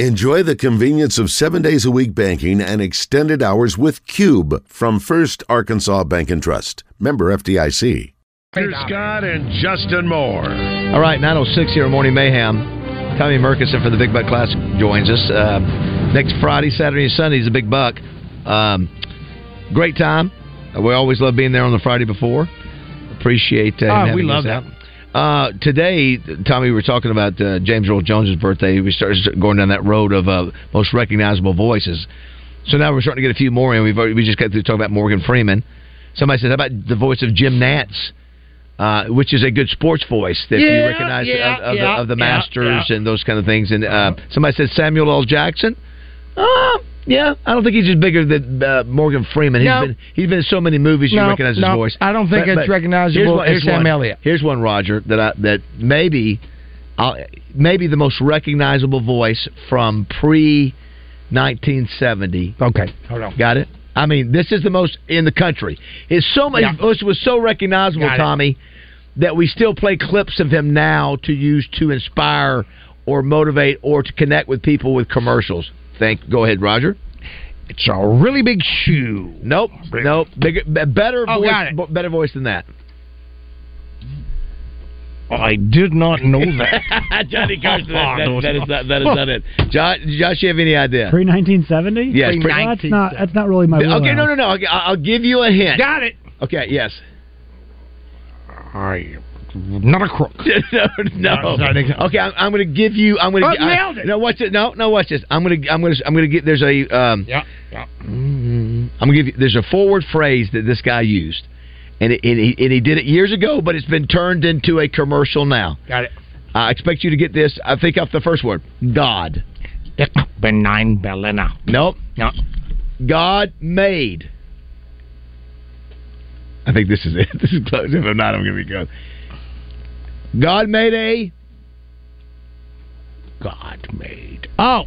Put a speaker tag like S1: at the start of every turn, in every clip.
S1: Enjoy the convenience of seven days a week banking and extended hours with Cube from First Arkansas Bank and Trust. Member FDIC.
S2: Peter Scott and Justin Moore.
S3: All right, 906 here, on Morning Mayhem. Tommy Murkison from the Big Buck Classic joins us. Uh, next Friday, Saturday, and Sunday is the Big Buck. Um, great time. Uh, We always love being there on the Friday before. Appreciate uh, him
S4: Ah, we
S3: having
S4: love
S3: us out. Uh, today, Tommy, we were talking about uh, James Earl Jones' birthday. We started going down that road of uh, most recognizable voices. So now we're starting to get a few more, and we've already, we just got through talking about Morgan Freeman. Somebody said, "How about the voice of Jim Nantz?" Uh, which is a good sports voice that you
S5: Yeah,
S3: recognize
S5: yeah,
S3: of, of,
S5: yeah,
S3: the, of the
S5: yeah,
S3: Masters and those kind of things. And uh, somebody said Samuel L. Jackson. Uh, yeah, I don't think he's just bigger than uh, Morgan Freeman. He's
S6: No.
S3: been he's been in so many movies you
S6: No,
S3: recognize his
S6: no,
S3: voice.
S6: I don't think it's recognizable
S3: here's one-
S6: as
S3: here's
S6: Sam
S3: one.
S6: Elliott.
S3: Here's one, Roger, that I, that maybe I'll, maybe the most recognizable voice from pre 1970.
S6: Okay, hold on.
S3: Got it? I mean, this is the most in the country. It's so much.
S6: Yeah.
S3: His voice was so recognizable,
S6: Got it.
S3: Tommy, that we still play clips of him now to use to inspire or motivate or to connect with people with commercials. Thank. Go ahead, Roger.
S6: It's a really big shoe.
S3: Nope. Nope. Bigger, b- better
S6: Oh,
S3: voice.
S6: got it.
S3: b- Better voice than that.
S6: I did not know that.
S3: Johnny Carson.
S6: Oh,
S3: That,
S6: no.
S3: that is not. That is not it. Josh, Josh, you have any idea?
S7: Pre nineteen seventy?
S3: Yes, pre-
S7: that's not that's not really my.
S3: Okay,
S7: wheelhouse.
S3: no, no, no. Okay, I'll I'll give you a hint.
S6: Got it.
S3: Okay, yes.
S6: I not a crook.
S3: no, no. Okay, I'm, I'm going to give you. I'm going to.
S6: Oh,
S3: I-
S6: nailed it.
S3: No, watch it. No, no, watch this. I'm going to. I'm going to. I'm going to get. There's a. Um, Mm-hmm.
S6: yeah, yeah.
S3: I'm going to give you. There's a forward phrase that this guy used, and it, and, he, and he did it years ago, but it's been turned into a commercial now.
S6: Got it.
S3: I expect you to get this. I think off the first word. God.
S6: Benign Belena.
S3: Nope.
S6: No.
S3: God made. I think this is it. This is close. If I'm not, I'm going to be close. God made a.
S6: God made. Oh,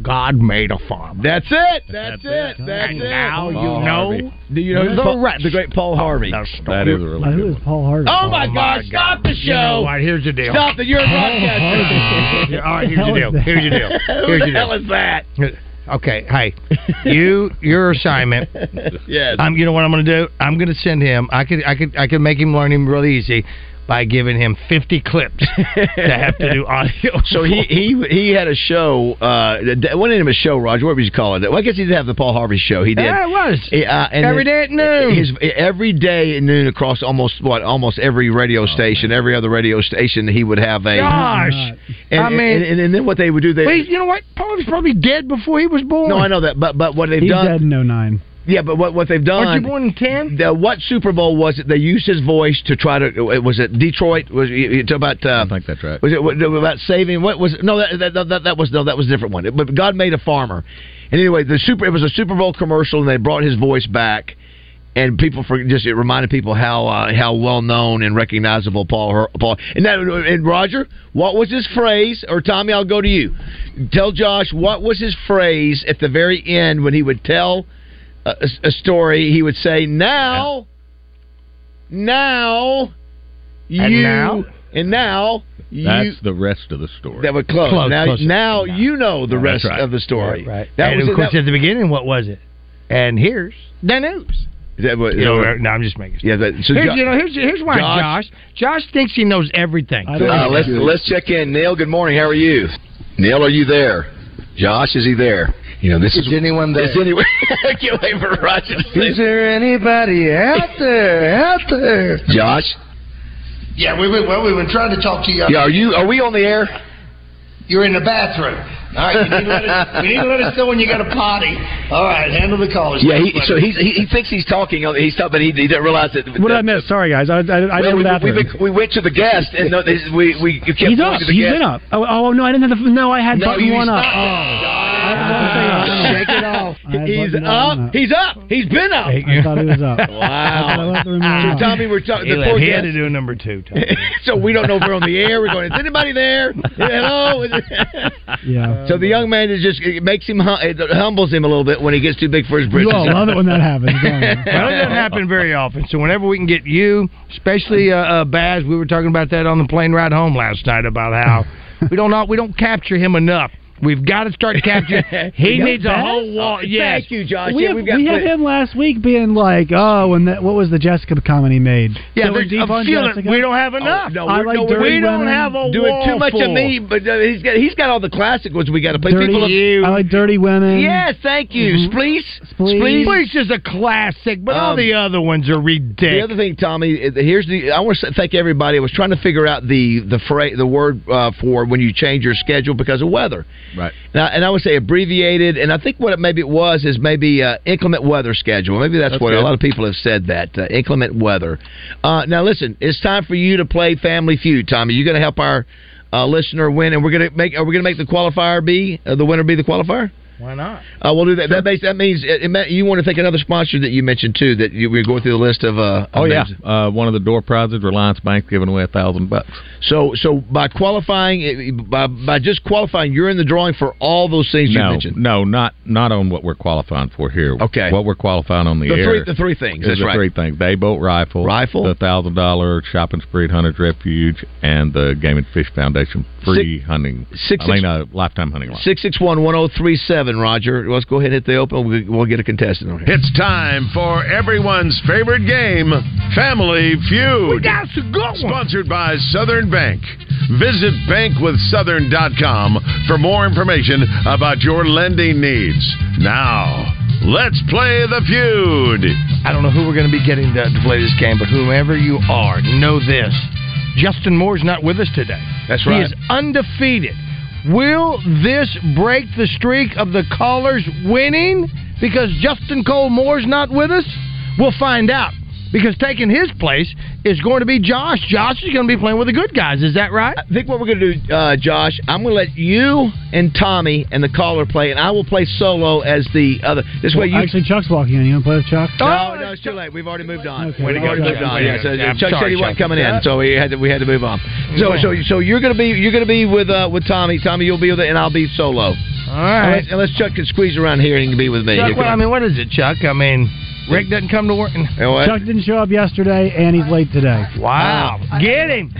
S6: God made a farm.
S3: That's it. That's, it. That's
S6: And
S3: it.
S6: now you
S3: Paul
S6: know
S3: Harvey. Do you know who
S6: the
S3: Paul-
S6: rest
S3: The great Paul Harvey.
S6: of the
S3: That
S6: story.
S3: is
S7: Now, Who is Paul Harvey?
S3: Oh my God! Stop the
S6: You know
S3: show.
S6: what? Here's the deal. Oh,
S3: Stop it! You're a broadcaster.
S6: Yeah, All right, here's the deal. Here's the deal.
S3: Who
S6: Here's
S3: the
S6: the
S3: hell
S6: deal.
S3: is that?
S6: Okay, hey, you, your assignment.
S3: Yes.
S6: I'm, you know what I'm going to do? I'm going to send him. I could, I could, I could make him learn him real easy by giving him 50 clips to have to do audio.
S3: So he he he had a show. Uh, it wasn't even a show, Roger. What would you call it? Well, I guess he did have the Paul Harvey show. He did.
S6: Yeah, it was.
S3: He, uh, and
S6: Every
S3: then-
S6: day at noon.
S3: His, every day at noon across almost what almost every radio station, every other radio station, he would have a.
S6: Oh, Gosh,
S3: And,
S6: I mean,
S3: and, and, and then what they would do? They
S6: wait, you know what? Paul was probably dead before he was born.
S3: no, I know that, but but what they've
S7: He's
S3: done,
S7: dead in 09.
S3: yeah, but what what they've done.
S6: Aren't you born in ten?
S3: The, what Super Bowl was it? They used his voice to try to. it- Was it Detroit? Was you, you talk about? Uh, I think that's right. Was it what, about saving? What was? No, that that, that- that that was no, that was a different one. But God made a farmer. And anyway, the super. It was a Super Bowl commercial, and they brought his voice back. And people for just it reminded people how uh, how well known and recognizable Paul Her- Paul and that and Roger what was his phrase or Tommy I'll go to you tell Josh what was his phrase at the very end when he would tell a, a story, he would say, "Now, now, you,
S6: And now?
S3: and now you."
S8: That's the rest of the story.
S3: that would close.
S6: Close,
S3: now,
S6: close.
S3: now you know the
S8: that's
S3: rest
S8: right.
S3: of the story.
S6: Right.
S3: That
S6: and
S3: was
S6: of course,
S3: that-
S6: at the beginning, what was it? And here's the news.
S3: that was-
S6: You know, no, I'm just making.
S3: yeah. That, so
S6: Here's,
S3: Jo-
S6: you know, here's, here's why
S3: Josh-
S6: Josh. Josh thinks he knows everything.
S7: I don't
S9: Uh,
S7: know.
S9: let's let's check in. Neil, good morning. How are you? Neil, are you there? Josh, is he there? You know, this is, anyone there? Is anyone? Can't wait for Roger. To say-
S6: there anybody out there? Out there?
S9: Josh,
S10: Yeah, we, we, well, we've been trying to talk to you.
S9: yeah, are you? Are we on the air?
S10: You're in the bathroom. All right, you need to let us, you need to let us know when you got a potty. All right, handle the callers.
S9: Yeah. He, so he's, he he thinks he's talking. on- He's talking, but he, he didn't realize that.
S7: What did I
S9: that-
S7: miss? Sorry, guys. I, I, I
S9: Well,
S7: didn't
S9: we,
S7: laugh.
S9: we, we, we went to the guest, and no, this- we we you kept
S7: He's
S9: going
S7: up.
S9: to the
S7: He's
S9: guest.
S7: been up. Oh, oh, no, I didn't have the. No, I had
S9: No,
S7: button
S9: you
S7: one up.
S9: stopped.
S11: Oh.
S7: Shake
S6: uh, it off.
S7: I had
S3: he's
S7: button
S3: up.
S7: one
S3: He's up. He's been up.
S7: I thought he was up. I
S3: Wow.
S7: left the room
S3: So
S7: alone.
S3: Tommy, we're talking.
S6: He,
S3: The
S6: left.
S3: poor
S6: he had
S3: guest-
S6: to do number two. Tom.
S3: so we don't know if we're on the air. We're going. Is anybody there? Hello. Is it-
S7: Yeah.
S3: so the young man is just it makes him hum- it humbles him a little bit when he gets too big for his
S7: You
S3: britches.
S7: all love it when that happens. don't you?
S6: well, it doesn't happen very often. So whenever we can get you, especially uh, uh, Baz, we were talking about that on the plane ride home last night about how we don't know, we don't capture him enough We've got to start capturing. He
S7: You got
S6: needs a
S7: that?
S6: whole wall. Yes. Thank you, Josh.
S7: we have, we had him last week being like, "Oh, when that what was the Jessica comedy made?
S6: Yeah,
S7: So
S6: there's-
S7: deep
S6: I'm
S7: on
S6: feeling
S7: Jessica?
S6: we don't have enough.
S3: no,
S7: Oh, I
S3: we're
S7: like
S3: nowhere-
S7: dirty
S3: we don't
S7: women.
S3: have a
S7: Doing
S3: wall
S7: too much of
S3: full.
S7: me,
S3: but uh, he's got he's got all the classic ones we got to play.
S7: Dirty,
S3: People,
S7: I like dirty women.
S3: yes, thank you,
S7: Mhm.
S3: Spleece.
S7: Mm-hmm. Spleece.
S6: Spleece is a classic, but all
S3: Um,
S6: the other ones are ridiculous.
S3: The other thing, Tommy, is- here's the. I want to thank everybody. I was trying to figure out the the phrase, the word uh, for when you change your schedule because of weather.
S4: Right.
S3: And I, and I would say abbreviated, and I think what it maybe it was is maybe uh, inclement weather schedule. Maybe that's,
S4: That's
S3: what a
S4: good.
S3: lot of people have said that uh, inclement weather. Uh, now listen, it's time for you to play Family Feud, Tommy. You're going to help our uh, listener win, and we're going to make are we going to make the qualifier be uh, the winner be the qualifier?
S6: Why not?
S3: Uh, we'll do that. That, bas- that means it, it, meant- you want to thank another sponsor that you mentioned too. That you, we were going through the list of. Uh,
S4: Oh
S3: of
S4: yeah,
S3: names.
S4: uh, one of the door prizes, Reliance Bank's giving away a thousand bucks.
S3: So so by qualifying, by by just qualifying, you're in the drawing for all those things you
S4: No,
S3: mentioned.
S4: no, not not on what we're qualifying for here.
S3: Okay.
S4: what we're qualifying on the,
S3: The
S4: air.
S3: three- the three things,
S4: is
S3: that's
S4: the
S3: right.
S4: Three things: the A-bolt rifle,
S3: Rifle.
S4: the thousand dollar shopping spree at Hunters Refuge, and the Game and Fish Foundation free hunting.
S3: six-
S4: I mean, uh, lifetime hunting. license.
S3: Six six one one zero three seven. Roger, let's go ahead and hit the open. We'll, we'll get a contestant on here.
S2: It's time for everyone's favorite game, Family Feud.
S6: We got some good ones.
S2: Sponsored by Southern Bank. Visit bankwithsouthern.com for more information about your lending needs. Now, let's play the feud.
S6: I don't know who we're going to be getting to, to play this game, but whomever you are, know this: Justin Moore's not with us today.
S3: That's
S6: He
S3: right.
S6: is undefeated. Will this break the streak of the callers winning because Justin Cole Moore's not with us? We'll find out. Because taking his place is going to be Josh. Josh is going to be playing with the good guys. Is that right?
S3: I think what we're going to do, uh, Josh, I'm going to let you and Tommy and the caller play, and I will play solo as the other.
S9: oh,
S3: This way, you. Oh,
S7: Actually, Chuck's walking in. You want to play with Chuck?
S3: no, no, it's too late. We've already moved on.
S7: Okay.
S3: We've
S7: Way to go,
S3: already
S7: Chuck.
S3: moved on.
S6: Way to
S3: Yeah,
S6: go.
S3: so,
S6: Yeah, I'm
S3: Chuck said
S6: sorry,
S3: he wasn't
S6: Chuck.
S3: coming in, so we had to we had to move on. So so so you're going to be you're going to be with uh, with Tommy. Tommy, you'll be with it, and I'll be solo.
S6: All right.
S3: Unless, unless Chuck can squeeze around here and he can be with me.
S6: Chuck, well, I mean, what is it, Chuck? I mean, Rick doesn't come to work. And,
S3: You know what?
S7: Chuck didn't show up yesterday, and he's late today.
S6: wow. Get him.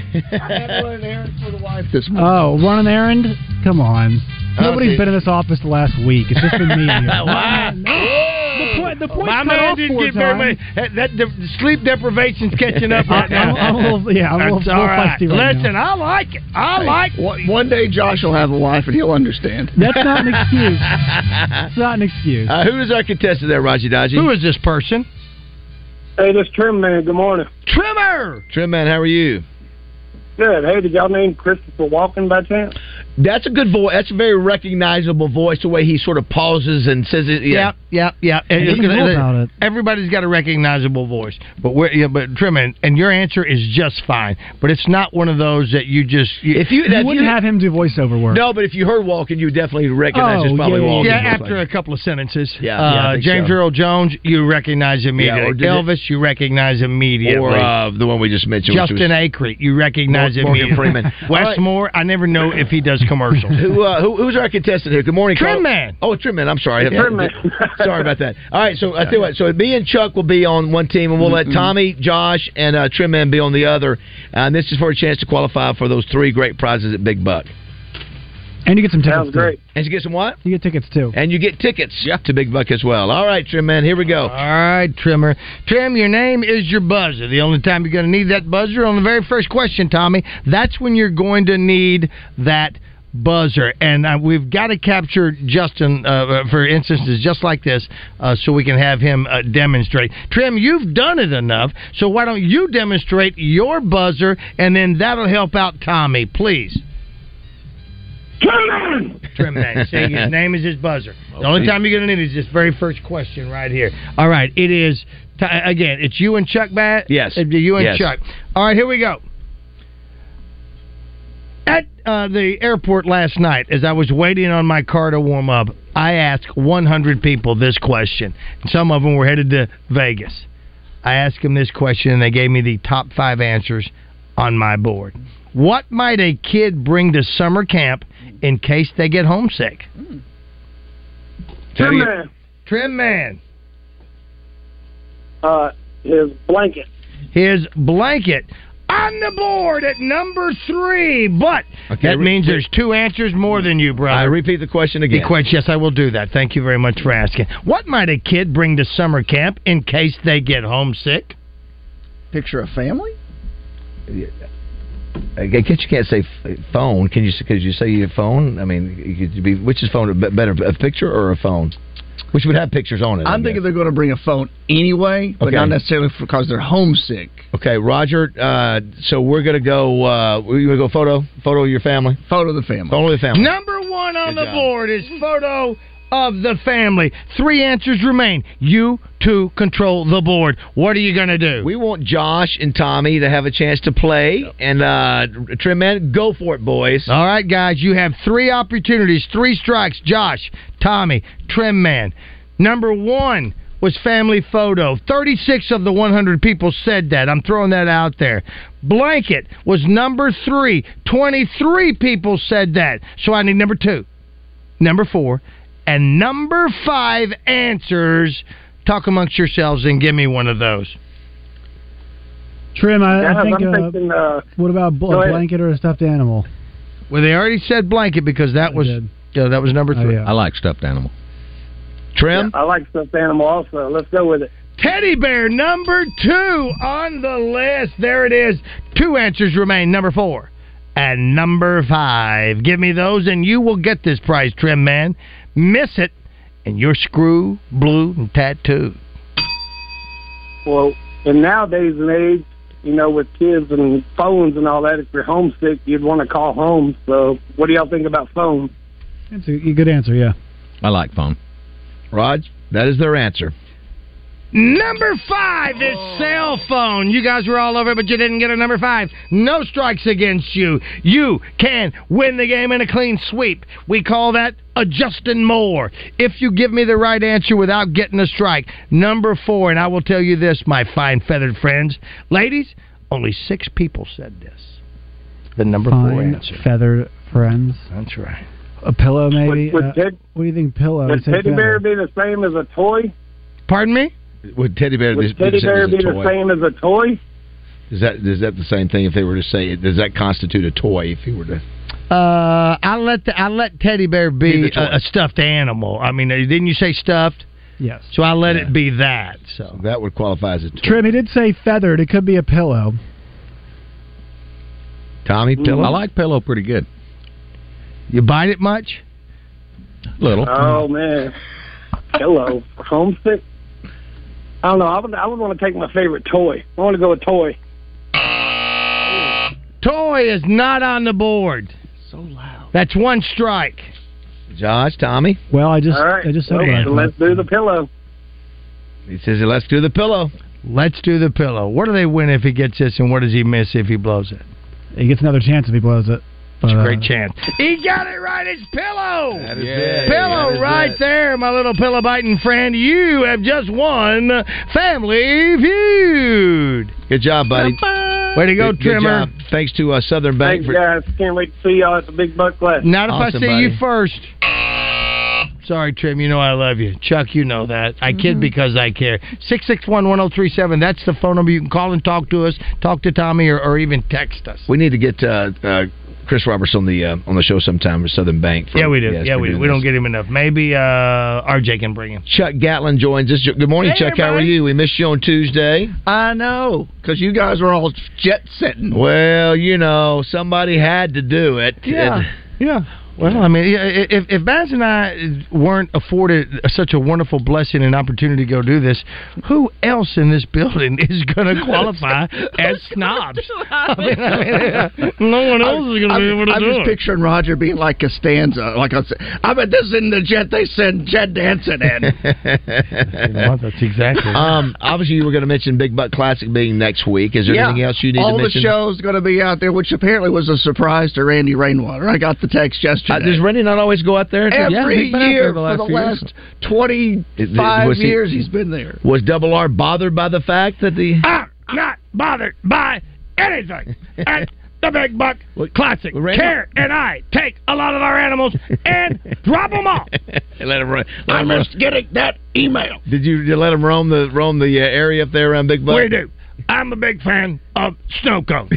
S7: Oh, run an errand? Come on.
S3: Oh,
S7: Nobody's
S3: see.
S7: been in this office the last week. It's just been me. here.
S6: Wow.
S7: The point, the point
S6: My
S7: cut
S6: man
S7: off
S6: didn't
S7: four
S6: get very
S7: times.
S6: much. That, that de- sleep deprivation's catching up
S7: I,
S6: right now.
S7: I'm, I'm a little, yeah, I'm a little,
S6: That's
S7: little
S6: all right.
S7: feisty right
S6: Listen, I
S7: now.
S6: like it. I like
S5: One day Josh will have a wife and he'll understand.
S7: That's not an excuse. It's not an excuse.
S3: Uh, who is our contestant there, Raji Daji?
S6: Who is this person?
S8: Hey, this Trim Man. Good morning.
S6: Trimmer.
S3: Trim Man, how are you?
S8: Good. Hey, did y'all name Christopher Walken by chance?
S3: That's a good voice. That's a very recognizable voice. The way he sort of pauses and says it. Yeah.
S6: Yep, yep, yep. And
S7: Nothing
S6: it's-
S7: cool about it.
S6: Everybody's got a recognizable voice, but we're, yeah, but Trimmer, and your answer is just fine. But it's not one of those that you just. You,
S3: If you,
S7: you wouldn't have him do voiceover work.
S3: no, but if you heard Walken, you definitely recognize
S7: Oh,
S3: it's probably
S7: yeah, yeah,
S3: Walken.
S6: yeah,
S3: It's
S6: after
S3: like-
S6: a couple of sentences.
S3: Yeah,
S6: Uh,
S3: yeah, I think
S6: James
S3: so.
S6: Earl Jones, you recognize
S3: or
S6: immediately.
S3: did it-
S6: Elvis, you recognize immediately.
S3: or uh, the one we just mentioned. which was-
S6: Justin Acrete, you recognize
S3: Morgan
S6: immediately.
S3: Freeman.
S6: Westmore, I never know if he does commercials.
S3: who, uh, who who's our contestant here? Good morning,
S6: Trim
S3: Carl-
S6: Man.
S3: Oh, Trim Man. I'm sorry.
S8: Trim Man.
S3: sorry about that. All right, so I tell you what. So me and Chuck will be on one team, and we'll
S12: Mm-hmm.
S3: let Tommy, Josh, and uh, Trim Man be on the other. and this is for a chance to qualify for those three great prizes at Big Buck.
S7: And you get some tickets.
S8: Sounds great.
S7: Too.
S3: And you get some what?
S7: You get tickets too.
S3: And you get tickets to Big Buck as well. All right, Trim Man. Here we go.
S6: All right, Trimmer. Trim, your name is your buzzer. The only time you're going to need that buzzer on the very first question, Tommy. That's when you're going to need that buzzer. And uh, we've got to capture Justin uh, uh, for instances just like this uh, so we can have him uh, demonstrate. Trim, you've done it enough, so why don't you demonstrate your buzzer and then that'll help out Tommy, please.
S8: Trim Man!
S6: Trim that. See, his name is his buzzer. The only time you're going to need is this very first question right here. All right, it is t- again. It's you and Chuck Bat.
S3: Yes.
S6: It'd be you and
S3: Yes.
S6: Chuck. All right, here we go. At uh, the airport last night, as I was waiting on my car to warm up, I asked 100 people this question. Some of them were headed to Vegas. I asked them this question, and they gave me the top five answers on my board. What might a kid bring to summer camp in case they get homesick?
S8: Trim Man.
S6: Trim man,
S8: Uh, his blanket.
S6: his blanket. on the board at number three. But
S13: Okay,
S6: that
S13: re-
S6: means there's two answers more than you, brother. I
S13: repeat the question again.
S6: Equates, yes, I will do that. Thank you very much for asking. What might a kid bring to summer camp in case they get homesick?
S12: Picture a family?
S3: I guess you can't say f- phone. Can you? Because you say your phone. I mean, you could be which is phone b- better, a picture or a phone? Which would have pictures on it. I
S12: I'm
S3: guess.
S12: thinking they're going to bring a phone anyway, but
S3: Okay.
S12: not necessarily because they're homesick.
S3: Okay, Roger. Uh, so we're gonna go. Uh, we gonna go photo, photo of your family,
S12: photo of the family,
S3: photo of the family.
S6: Number one on the board is photo of the family. Three answers remain. You two control the board. What are you going to do?
S3: We want Josh and Tommy to have a chance to play, and uh, Trim Man, go for it, boys.
S6: All right, guys, you have three opportunities, three strikes. Josh, Tommy, Trim Man. Number one was family photo. 36 of the 100 people said that. I'm throwing that out there. Blanket was number three. 23 people said that. So I need number two, number four, and number five answers. Talk amongst yourselves and give me one of those.
S7: Trim, I,
S6: Yeah,
S7: I think.
S6: I'm
S7: uh, what about bl-
S6: go
S7: a
S6: ahead.
S7: blanket or a stuffed animal?
S6: Well, they already said blanket because that was yeah, that was
S7: Oh,
S6: number three.
S4: I like stuffed animal.
S6: Trim?
S8: I like stuffed animal also. Let's go with it.
S6: Teddy bear number two on the list. There it is. Two answers remain. Number four and number five. Give me those, and you will get this prize, trim man. Miss it, and you're screw, blue, and tattooed.
S8: Well, in nowadays and age, you know, with kids and phones and all that, if you're homesick, you'd want to call home. So, what do y'all think about phones?
S7: That's a good answer. Yeah.
S4: I like phone.
S3: Rod, that is their answer.
S6: Number five is
S3: Oh.
S6: cell phone. You guys were all over, it, but you didn't get a number five. No strikes against you. You can win the game in a clean sweep. We call that a Justin Moore. If you give me the right answer without getting a strike, number four, and I will tell you this, my fine feathered friends, ladies, only six people said this. The number four
S7: Fine,
S6: answer.
S7: feathered friends.
S6: That's right.
S7: A pillow, maybe.
S8: Would- would
S7: Uh,
S8: Ted-
S7: what do you think? Pillow.
S8: Would
S7: It's a
S8: teddy
S7: feather.
S8: bear be the same as a toy?
S6: Pardon me?
S3: Would teddy bear
S8: Would teddy bear be the same as a toy?
S3: Is that is that the same thing? If they were to say, does that constitute a toy? If you were to,
S6: Uh, I let the, I let teddy bear
S3: Be the
S6: be
S3: toy.
S6: a, a stuffed animal. I mean, uh, didn't you say stuffed?
S7: Yes.
S6: So I let it be that. So
S3: that would qualify as a toy.
S7: Trim, he did say feathered. It could be a pillow.
S3: Tommy
S7: pillow?
S4: I like pillow pretty good.
S6: You bite it much?
S4: Little.
S8: Oh man, hello, homesick. I don't know. I would I would want to take my favorite toy. I want to go with toy.
S6: Toy is not on the board. So loud. That's one strike.
S3: Josh, Tommy.
S7: Well, I just
S8: All right.
S7: I just said
S8: Well,
S7: it.
S8: so let's do the pillow.
S3: He says, "Let's do the pillow."
S6: Let's do the pillow. What do they win if he gets this, and what does he miss if he blows it?
S7: He gets another chance if he blows it. But, uh,
S6: Great chance. He got it right. It's pillow. That
S3: is
S14: it.
S6: Pillow
S14: That is
S6: right
S14: it.
S6: there, my little pillow biting friend. You have just won Family Feud.
S3: Good job, buddy.
S6: Way to go,
S3: good,
S6: Trimmer.
S3: Good job. Thanks to uh, Southern Bank
S8: Thanks, guys. Can't wait to see y'all at the Big Buck Classic.
S6: Not if I see you first. Sorry, Trim. You know I love you. Chuck, you know that. I kid because I care. 661 1037. That's the phone number. You can call and talk to us, talk to Tommy, or, or even text us.
S3: We need to get uh, uh, Chris Roberts on the uh, on the show sometime with Southern Bank. for-
S6: yeah, we do.
S3: yes,
S6: yeah,
S3: for
S6: we do.
S3: doing
S6: We
S3: this.
S6: don't get him enough. Maybe uh, RJ can bring him.
S3: Chuck Gatlin joins us. Good morning,
S6: Hey,
S3: Chuck. How are
S6: everybody.
S3: you? We missed you on Tuesday.
S12: I know, because you guys were all jet setting.
S3: Well, you know, somebody had to do it.
S6: Yeah. Yeah. Well, I mean, yeah, i- if, if Baz and I weren't afforded such a wonderful blessing and opportunity to go do this, who else in this building is going to qualify as snobs? I mean, I mean, no one else is going to be able to
S12: I'm
S6: do
S12: just
S6: it.
S12: picturing Roger being like Costanza. Like I said, I bet this isn't the jet they sent Jed Danson in.
S6: that's exactly.
S3: Um, obviously, you were going to mention Big Buck Classic being next week. Is there
S12: Yeah.
S3: anything else you need
S12: All
S3: to mention?
S12: the show's going to be out there, which apparently was a surprise to Randy Rainwater. I got the text yesterday.
S3: Uh, does Randy not always go out there?
S12: Every year for the last
S3: Is-
S12: 25
S3: was he-
S12: years, he's been there.
S3: Was Double R bothered by the fact that the
S6: I'm not bothered by anything at the Big Buck Classic. Care and I take a lot of our animals and drop them off.
S3: let him run? let
S6: I'm
S3: him run.
S6: just getting that email.
S3: Did you, you let him roam the roam the uh, area up there around Big Buck?
S6: We do.
S14: I'm a big fan of snow cone,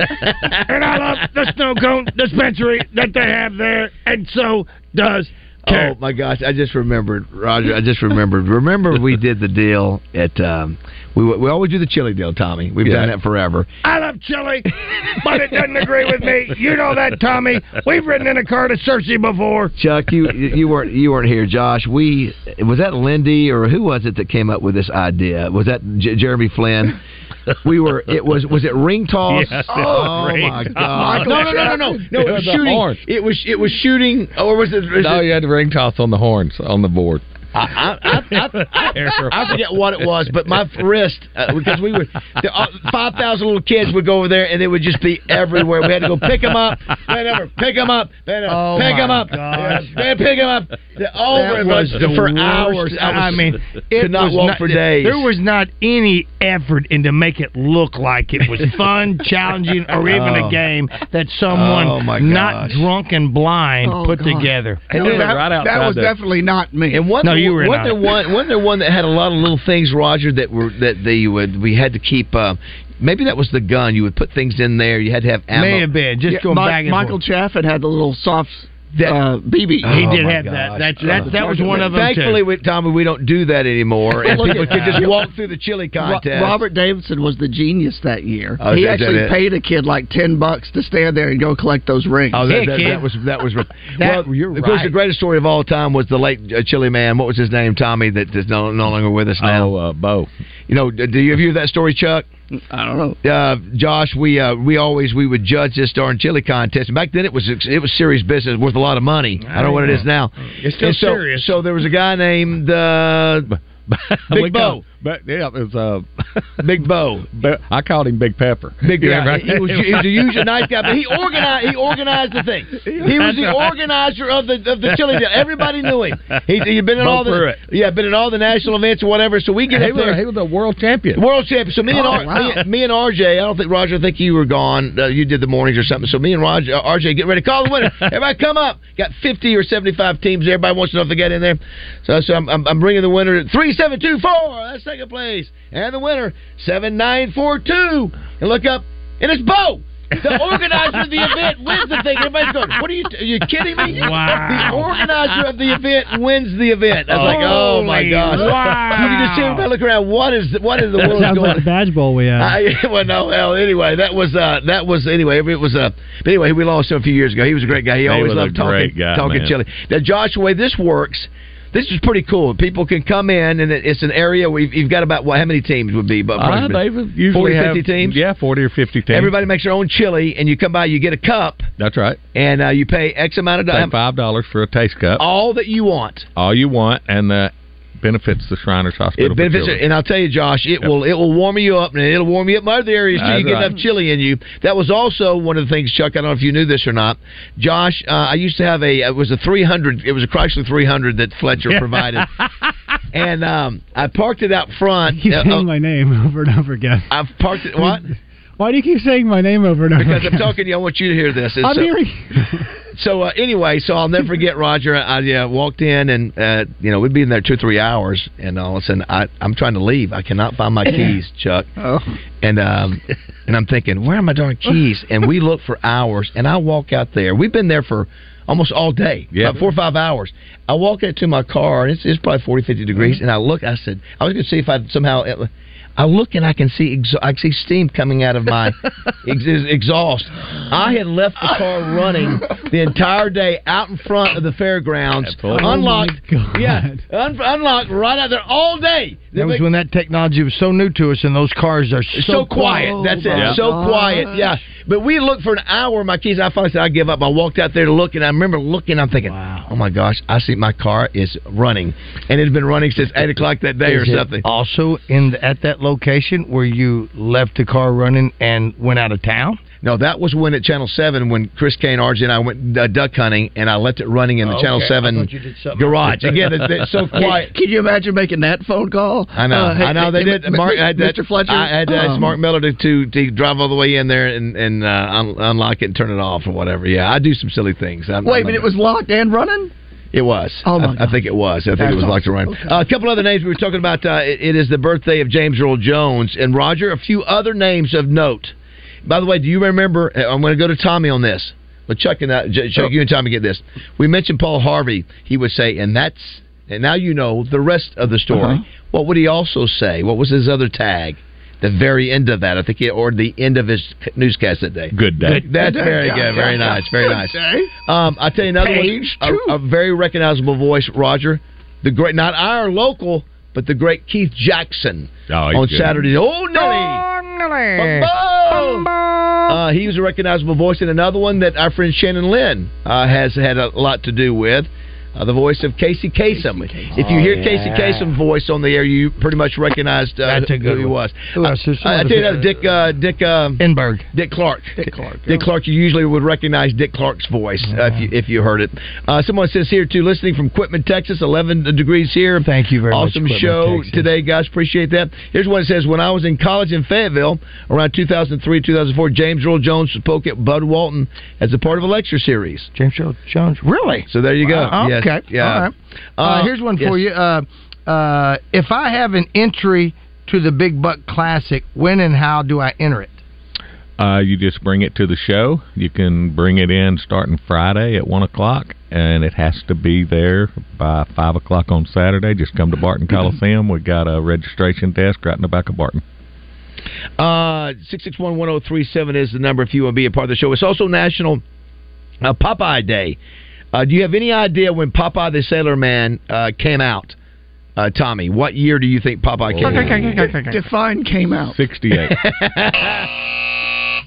S14: and I love the snow cone dispensary that they have there, and so does.
S3: Oh my gosh! I just remembered, Roger. I just remembered. Remember, we did the deal at. Um, we we always do the chili deal, Tommy. We've done
S14: Yeah.
S3: that forever.
S14: I love chili, but it doesn't agree with me. You know that, Tommy. We've ridden in a car to Cersei before.
S3: Chuck, you you weren't you weren't here, Josh. We was that Lindy or who was it that came up with this idea? Was that J- Jeremy Flynn? We were. It was. Was it ring toss?
S15: Yes, it
S3: oh
S15: was ring
S3: my
S15: toss.
S3: god!
S15: Michael
S3: No, no, no, no, no, no! It was
S4: The horn.
S3: shooting. It was. It was shooting. Or was it? was
S4: No,
S3: it-
S4: you had the ring toss on the horns on the board.
S3: I, I, I, I, I forget what it was, but my wrist uh, because we would the, uh, five thousand little kids would go over there and they would just be everywhere. We had to go pick them up, man, over, pick them up, man, over,
S6: Oh,
S3: pick them
S6: my
S3: up, man, pick them up. The, over
S6: That
S3: and
S6: was
S3: over
S6: the
S3: for
S6: worst.
S3: hours. I,
S6: I
S3: was-
S6: mean, it
S3: could not
S6: was
S3: walk for days.
S6: There was not any effort in to make it look like it was fun, challenging, or even
S14: Oh.
S6: a game that someone
S14: Oh, my
S6: not drunk and blind
S14: Oh,
S6: put
S14: God.
S6: together.
S14: And
S11: No, that, that was definitely not me.
S3: And wasn't
S6: No,
S3: there-
S6: you were
S3: wasn't there
S6: not.
S3: one wasn't there one that had a lot of little things, Roger, that were that they would we had to keep. Um, maybe that was the gun. You would put things in there. You had to have ammo.
S11: Yeah, Mi- Michael Chaffin had the little soft
S3: That-
S11: uh, BB.
S3: Oh, my gosh. Oh, Thankfully, with Tommy, we don't do that anymore, and
S11: Look
S3: people
S11: at
S3: could
S11: that.
S3: just walk through the chili
S11: Ro-
S3: contest.
S11: Robert Davidson was the genius that year.
S3: Oh,
S11: he
S3: that- that
S11: actually
S3: it?
S11: paid a kid like ten bucks to stand there and go collect those rings.
S3: Oh, that, that, that was that was. well,
S11: you're
S3: Of course, the
S11: right.
S3: greatest story of all time was the late uh, Chili Man. What was his name, Tommy? That is no, no longer with us now. Oh,
S4: uh, Bo.
S3: You know, d- do you have you heard that story, Chuck?
S11: I don't
S3: know. Uh, Josh, we uh, we always we would judge this darn chili contest. And back then, it was it was serious business, worth a lot of money. I don't know what it is now.
S4: It's still
S3: And so,
S4: serious.
S3: So there was a guy named uh, Big Bo.
S4: But yeah, it was uh,
S3: Big Bo.
S4: I called him Big Pepper.
S3: Big
S4: You
S3: guy.
S4: remember?
S3: He, was, he was a usual nice guy, but he organized. He organized the thing. He was the
S4: That's right.
S3: organizer of the of the chili deal. Everybody knew him. He had been in
S4: Bo
S3: all the
S4: Pruitt.
S3: yeah, been in all the national events or whatever. So we get
S4: He
S3: up
S4: was-
S3: there.
S4: he was a world champion.
S3: World champion. So me and
S4: Oh,
S3: R-
S4: wow.
S3: me, me and RJ. I don't think Roger. I think you were gone. Uh, you did the mornings or something. So me and Roger, uh, RJ, get ready. Call the winner. Everybody come up. Got fifty or seventy five teams. Everybody wants to know if they got in there. So so I'm I'm, I'm bringing the winner. Three seven two four. That's second place. And the winner seven nine four two. And look up, and it's Bo. The organizer of the event wins the thing. Everybody's going, "What are you? Are you kidding me?"
S14: Wow.
S3: The organizer of the event wins the event. I was like, "Oh my
S14: Holy
S3: gosh!" You can just see everybody look around. What is what in the world is
S7: Sounds
S3: going?
S7: like the badge bowl we had.
S3: I, well, no. Well, anyway, that was uh, that was anyway. It was uh, but anyway. We lost him a few years ago. He was a great guy. He,
S4: He
S3: always
S4: was a
S3: loved talking
S4: great guy,
S3: talking
S4: man.
S3: chili. Now, Josh, the way this works, this is pretty cool. People can come in, and it, it's an area where you've, you've got about what? How many teams would be? But
S4: Uh, they would usually
S3: 40,
S4: have-
S3: 50 teams.
S4: Yeah, forty or fifty teams.
S3: Everybody makes their own chili, and you come by, you get a cup,
S4: That's right.
S3: and uh, you pay X amount of
S4: Pay
S3: dollars,
S4: five dollars for a taste cup.
S3: all that you want.
S4: all you want, and that benefits the Shriners Hospital.
S3: It benefits,
S4: for children.
S3: and I'll tell you, Josh, it will it will warm you up, and it'll warm you up in my other areas too. You
S4: That's
S3: get
S4: right.
S3: enough chili in you. That was also one of the things, Chuck. I don't know if you knew this or not, Josh. Uh, I used to have a it was a three hundred. It was a Chrysler three hundred that Fletcher provided, and um, I parked it out front.
S7: keep
S3: Uh,
S7: saying
S3: oh,
S7: my name over and over again.
S3: I've parked it. What?
S7: Why do you keep saying my name over and over?
S3: Because I'm
S7: again?
S3: talking to you, I want you to hear this. And
S7: I'm
S3: so-
S7: hearing.
S3: so uh, anyway, so I'll never forget Roger. I, I yeah, walked in and uh, you know we'd be in there two three hours, and all of a sudden I, I'm trying to leave. I cannot find my keys, Chuck.
S11: Oh.
S3: And um, and I'm thinking, where are my darn keys? And we look for hours, and I walk out there. We've been there for almost all day,
S4: Yeah.
S3: about four or five hours. I walk into my car, and it's, it's probably 40, 50
S6: Mm-hmm.
S3: degrees, and I look. I said, I was going to see if I somehow. I look and I can see exha- I can see steam coming out of my ex- exhaust. I had left the car running the entire day out in front of the fairgrounds,
S6: Oh
S3: unlocked. Yeah, un- unlocked right out there all day.
S6: That was when that technology was so new to us, and those cars are so, Oh
S3: so, quiet. That's it. So quiet. Yeah. But we looked for an hour. My keys. I finally said, I give up. I walked out there to look, and I remember looking. I'm thinking, Oh my gosh! I see my car is running, and it's been running since eight o'clock that day or
S6: Is it
S3: something.
S6: Also, in the, at that location where you left the car running and went out of town.
S3: No, that was when at Channel Seven, when Chris Kane, RJ, and I went uh, duck hunting, and I left it running in the
S11: Oh, Okay,
S3: Channel
S11: I
S3: Seven
S11: thought you did something.
S3: garage. Again, it's, it's so quiet.
S11: Can, can you imagine making that phone call?
S3: I know.
S11: Uh, hey,
S3: I know they
S11: hey,
S3: did.
S11: M-
S3: Mark,
S11: M-
S3: I had that-
S11: Mr. Fletcher.
S3: I had to ask
S11: um,
S3: Mark Miller to, to to drive all the way in there and and uh, un- unlock it and turn it off or whatever. Yeah, I do some silly things. I'm,
S11: Wait,
S3: I'm
S11: but
S3: a-
S11: it was locked and running.
S3: It was.
S16: Oh, my
S3: I, I think it was. I think
S16: That's
S3: it was locked
S16: awesome.
S3: around. Uh, a couple other names we were talking about. Uh, it- it is the birthday of James Earl Jones and Roger. A few other names of note. By the way, do you remember? uh, I'm going to go to Tommy on this. But Chuck and I, J- Chuck, you and Tommy get this. We mentioned Paul Harvey. He would say, and that's and now you know the rest of the story.
S16: Uh-huh.
S3: What would he also say? What was his other tag? The very end of that, I think, he, or the end of his newscast that day. Good
S4: day.
S3: That's
S4: Good day.
S3: very good. Very nice. Very
S4: Good
S3: nice. Um, I'll tell you another
S4: Page
S3: one. A, a very recognizable voice, Roger. The great, not our local, but the great Keith Jackson
S4: he's
S3: on
S4: good.
S3: Saturday. Oh, Nelly! Uh, he was a recognizable voice, and another one that our friend Shannon Lynn uh, has had a lot to do with. Uh, the voice of Casey Kasem. If you
S16: Oh,
S3: hear
S16: yeah.
S3: Casey Kasem voice on the air, you pretty much recognized uh,
S16: That's a
S3: who
S16: good
S3: he
S16: one.
S3: was.
S16: Who else? There's some
S3: I, I
S16: other
S3: tell you
S16: people.
S3: another, Dick uh, Dick um,
S6: Enberg,
S3: Dick Clark.
S6: Dick Clark.
S3: Dick Clark, you usually would recognize Dick Clark's voice uh, if, you, if you heard it. Uh, someone says here, too, listening from Quitman, Texas, 11 degrees here.
S6: Thank you very much,
S3: awesome
S6: Quitman,
S3: show
S6: Texas.
S3: today, guys. Appreciate that. Here's one that says When I was in college in Fayetteville around 2003, 2004, James Earl Jones spoke at Bud Walton as a part of a lecture series.
S6: James Earl Jones. Really?
S3: So there you go.
S6: Wow.
S3: Yes.
S6: Okay.
S3: Yeah.
S6: All right. Uh, here's one for
S3: yes.
S6: you. Uh, uh, if I have an entry to the Big Buck Classic, when and how do I enter it?
S4: Uh, you just bring it to the show. You can bring it in starting Friday at one o'clock, and it has to be there by five o'clock on Saturday. Just come to Barton Coliseum. We got a registration desk right in the back of Barton.
S3: Uh, 661-1037 is the number if you want to be a part of the show. It's also National uh, Popeye Day. Uh, do you have any idea when Popeye the Sailor Man uh, came out, uh, Tommy? What year do you think Popeye came out?
S5: Define came out.
S4: 68.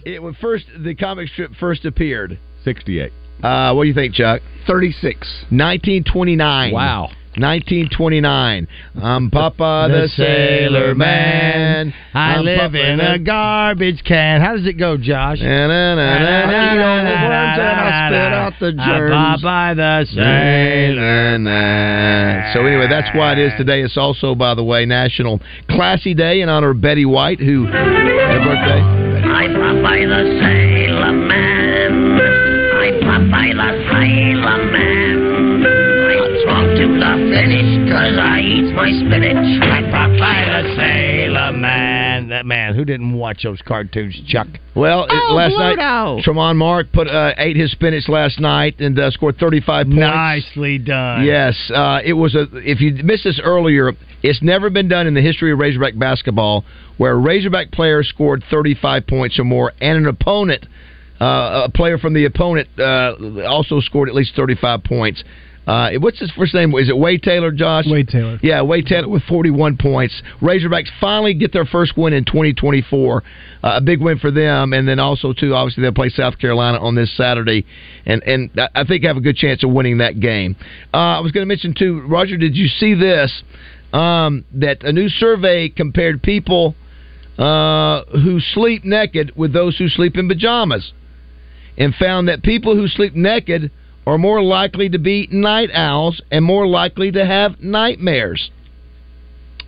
S3: it was first the comic strip first appeared.
S4: 68.
S3: Uh, what do you think, Chuck? 36. 1929.
S4: Wow.
S3: 1929. I'm Popeye the, Sailor Man.
S6: I
S3: I'm
S6: live
S3: Popeye
S6: in
S3: the-
S6: a garbage can. How does it go, Josh? Bye bye the
S3: Sailor Man. So anyway, that's why it is today. It's also, by the way, National Classy Day in honor of Betty White, who her birthday.
S10: I Popeye the Sailor Man. I Popeye the Sailor Man. I'm strong to the finish 'cause I eat my spinach. I Popeye the Sailor
S6: Man, that man who didn't watch those cartoons, Chuck.
S3: Well, it-
S6: Oh,
S3: last
S6: Bluto.
S3: night, Tremont Mark put uh, ate his spinach last night and uh, scored 35 points.
S6: Nicely done.
S3: Yes, uh, it was a. If you missed this earlier, it's never been done in the history of Razorback basketball where a Razorback player scored 35 points or more, and an opponent, uh, a player from the opponent, uh, also scored at least 35 points. Uh, what's his first name? Is it Wade Taylor, Josh? Wade
S7: Taylor.
S3: Yeah, Wade Taylor with 41 points. Razorbacks finally get their first win in 2024. Uh, a big win for them, and then also too, obviously they'll play South Carolina on this Saturday, and and I- I think have a good chance of winning that game. Uh, I was going to mention too, Roger, did you see this? Um, that a new survey compared people uh, who sleep naked with those who sleep in pajamas and found that people who sleep naked are more likely to be night owls and more likely to have nightmares.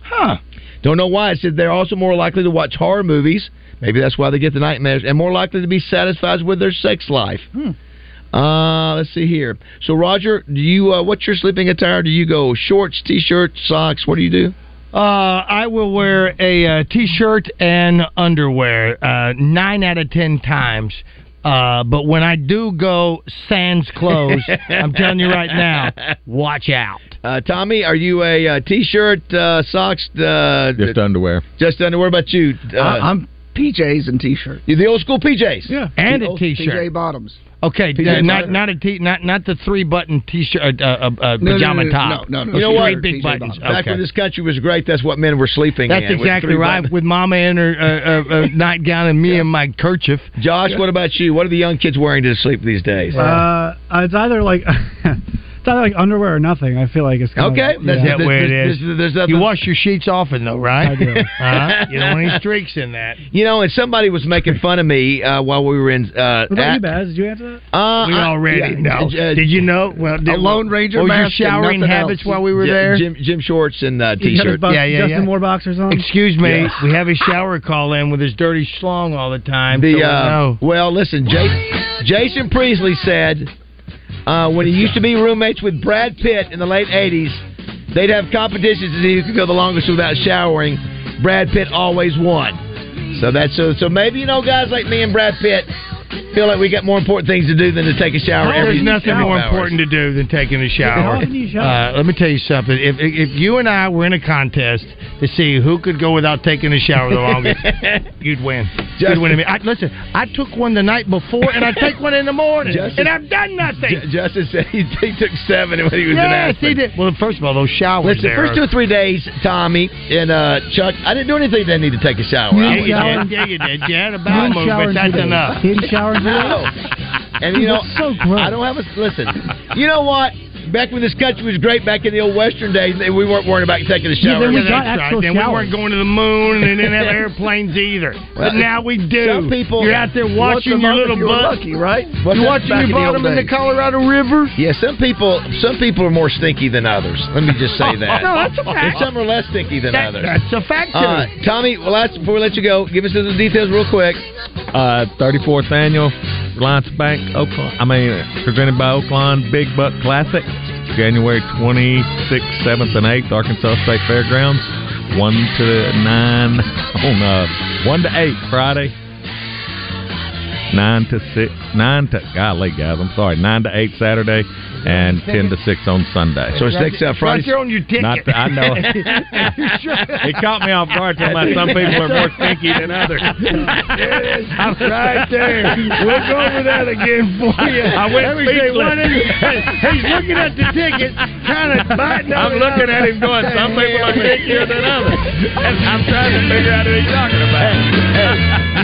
S3: Huh. Don't know why. It said they're also more likely to watch horror movies. Maybe that's why they get the nightmares, and more likely to be satisfied with their sex life. Uh, let's see here. So, Roger, do you uh, what's your sleeping attire? Do you go shorts, t-shirt, socks? What do you do?
S6: Uh, I will wear a uh, t-shirt and underwear uh, nine out of ten times. Uh, but when I do go sans clothes, I'm telling you right now, watch out.
S3: Uh, Tommy, are you a uh, t-shirt, uh, socks, uh,
S4: Just underwear.
S3: Just underwear. What about you? Uh,
S5: I, am PJs and t-shirts.
S3: You're the old school PJs.
S5: Yeah,
S6: And
S5: The
S6: a
S5: old
S6: t-shirt.
S5: PJ bottoms.
S6: Okay,
S5: PJ
S6: uh, not
S5: button.
S6: not a t not not the three button t-shirt uh, uh, uh,
S3: No, no,
S6: pajama
S3: no, no,
S6: top.
S3: no, no, no.
S6: you know what?
S3: Straight
S6: Big
S3: PJ
S6: buttons.
S3: Back
S6: Okay.
S3: when this country was great, that's what men were sleeping
S6: That's
S3: in. with
S6: exactly
S3: three
S6: right.
S3: buttons.
S6: With Mama in her uh, uh, uh, nightgown and me in my kerchief.
S3: Josh, what about you? What are the young kids wearing to sleep these days?
S7: Uh, it's either like it's either like underwear or nothing. I feel like it's kind
S3: Okay,
S7: Of,
S3: that's-
S7: yeah.
S6: Is that where it is? you wash your sheets often, though, right?
S7: I do.
S6: Uh-huh. You don't want any streaks in that.
S3: you know, and somebody was making fun of me uh, while we were in. Uh,
S7: What about you,
S3: at-
S7: Baz? Did you answer that?
S3: Uh,
S6: we
S3: I-
S6: already
S3: yeah,
S6: know.
S3: uh,
S6: Did you know? Well, did,
S3: a Lone Ranger
S6: or your
S3: mask and
S6: showering
S3: nothing
S6: habits
S3: else.
S6: while we were
S3: Yeah,
S6: there.
S3: Gym, gym shorts and uh,
S6: You got
S3: t-shirt.
S6: his bus- Yeah, yeah, Justin yeah.
S7: More boxers on.
S6: Excuse me.
S3: Yes.
S6: We have a shower call in with his dirty schlong all the time. so
S3: The
S6: we
S3: uh,
S6: know.
S3: well, listen, Jason, Jason Priestley said, Uh, when he used to be roommates with Brad Pitt in the late 80s, they'd have competitions to see who could go the longest without showering. Brad Pitt always won. So that's so, so maybe, you know, guys like me and Brad Pitt feel like we got more important things to do than to take a shower every
S6: There's nothing
S3: every
S6: more
S3: hours.
S6: important to do than taking a shower.
S3: often you shower?
S6: Uh, let me tell you something. If, if if you and I were in a contest to see who could go without taking a shower the longest, you'd win.
S14: Justin-
S6: you'd win. I, listen, I took one the night before, and I take one in the morning,
S14: Justin-
S6: and I've done nothing.
S3: Justin said he, took seven when he was in
S6: yes, he
S3: Aspen.
S6: did. Well, first of all, those showers.
S3: Listen,
S6: there
S3: first
S6: are-
S3: two or three days, Tommy and uh, Chuck, I didn't do anything that I need to take a shower.
S6: Yeah,
S3: I
S6: you
S3: was-
S6: did. Yeah, you did. You had a bowel movement. That's enough.
S3: No. And you know,
S6: That's
S3: I don't have a listen. You know what? Back when this country was great, back in the old Western days, we weren't worried about taking a shower.
S6: that's right. Then we weren't going to the moon, and they didn't have airplanes either.
S3: Well,
S6: But now we do.
S3: some people-
S6: you're out there watching
S3: Once a
S6: your
S3: month
S6: little
S3: if you were
S6: butt,
S3: lucky, right? Wasn't that
S6: You're watching
S3: back
S6: your
S3: in the old
S6: bottom in the
S3: days?
S6: Colorado River.
S3: Yeah, some people some people are more stinky than others. Let me just say that.
S6: Oh, No, that's a fact.
S3: And some are less stinky than
S6: That-
S3: others.
S6: that's a fact, too.
S3: Uh, Tommy, well, that's, before we let you go, give us the details real quick.
S4: Uh, 34th annual Reliance Bank, Oakland. I mean, presented by Oakland Big Buck Classic, January 26th, 7th, and 8th, Arkansas State Fairgrounds, one to nine on uh, one to eight Friday, nine to six, nine to golly guys, I'm sorry, nine to eight Saturday, and ten to six on Sunday.
S3: So it's next uh, Friday.
S4: Friday. Not the- I know.
S14: it
S4: caught me off guard talking about some people are more stinky than others.
S14: There it is.
S4: Right there.
S14: We'll go over that again for you.
S4: I went
S14: Let me say
S4: speechless.
S14: one is- He's looking at the ticket, trying to bite
S4: I'm looking at him going, some people are stinkier than others. I'm trying to figure out what he's talking
S3: about.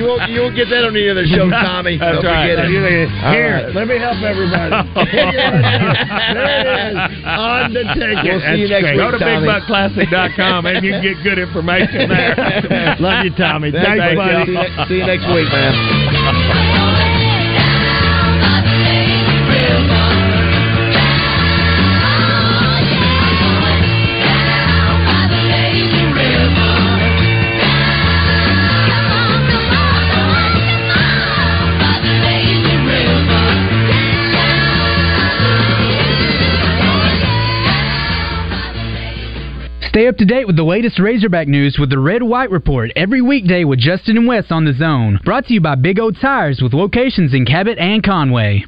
S3: you, won't, you won't get that on any other show, Tommy.
S4: That's
S3: Don't
S4: right.
S3: forget it. All
S14: Here,
S3: right.
S14: let me help everybody. there it is. On the ticket.
S4: We'll see you next week, Go to Tommy. bigbuckclassic.com and you can get good information there.
S6: Love you, Tommy.
S4: Thanks,
S6: Thanks,
S4: y'all.
S6: buddy.
S4: See you ne- see you next
S3: week, man.
S11: Stay up to date with the latest Razorback news with the Red White Report every weekday with Justin and Wes on the Zone. Brought to you by Big O Tires with locations in Cabot and Conway.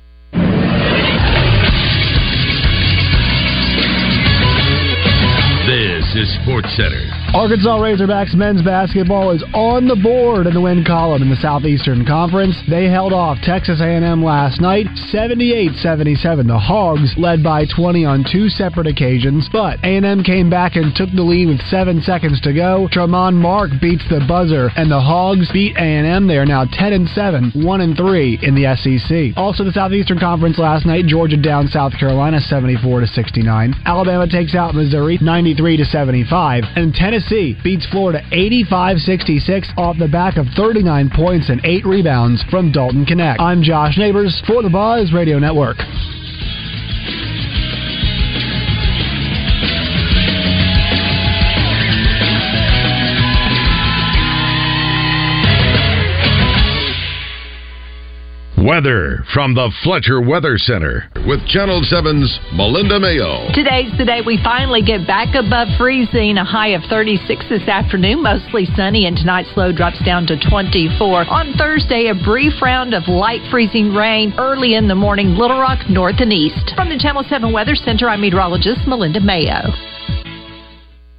S17: This is Sports Center.
S7: Arkansas Razorbacks men's basketball is on the board in the win column in the Southeastern Conference. They held off Texas A&M last night, 78-77. The Hogs led by 20 on two separate occasions, but A&M came back and took the lead with seven seconds to go. Tremont Mark beats the buzzer, and the Hogs beat A&M. They are now 10 and 7, 1 and 3 in the SEC. Also, the Southeastern Conference last night, Georgia down South Carolina 74 to 69. Alabama takes out Missouri 93 to 75, and Tennessee beats Florida 85-66 off the back of 39 points and 8 rebounds from Dalton Connect. I'm Josh Neighbors for the Buzz Radio Network.
S2: Weather from the Fletcher Weather Center with Channel 7's Melinda Mayo.
S18: Today's the day we finally get back above freezing, a high of 36 this afternoon, mostly sunny, and tonight's low drops down to 24. On Thursday, a brief round of light freezing rain early in the morning, Little Rock north and east. From the Channel 7 Weather Center, I'm meteorologist Melinda Mayo.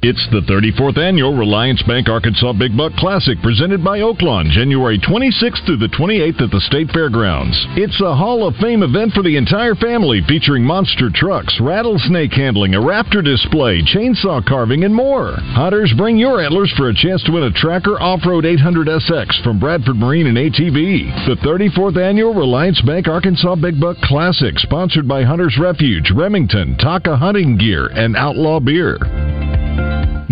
S19: It's the 34th annual Reliance Bank Arkansas Big Buck Classic presented by Oaklawn, January 26th through the 28th at the State Fairgrounds. It's a Hall of Fame event for the entire family featuring monster trucks, rattlesnake handling, a raptor display, chainsaw carving, and more. Hunters, bring your antlers for a chance to win a Tracker Off-Road 800SX from Bradford Marine and ATV. The 34th annual Reliance Bank Arkansas Big Buck Classic sponsored by Hunters Refuge, Remington, Taka Hunting Gear, and Outlaw Beer.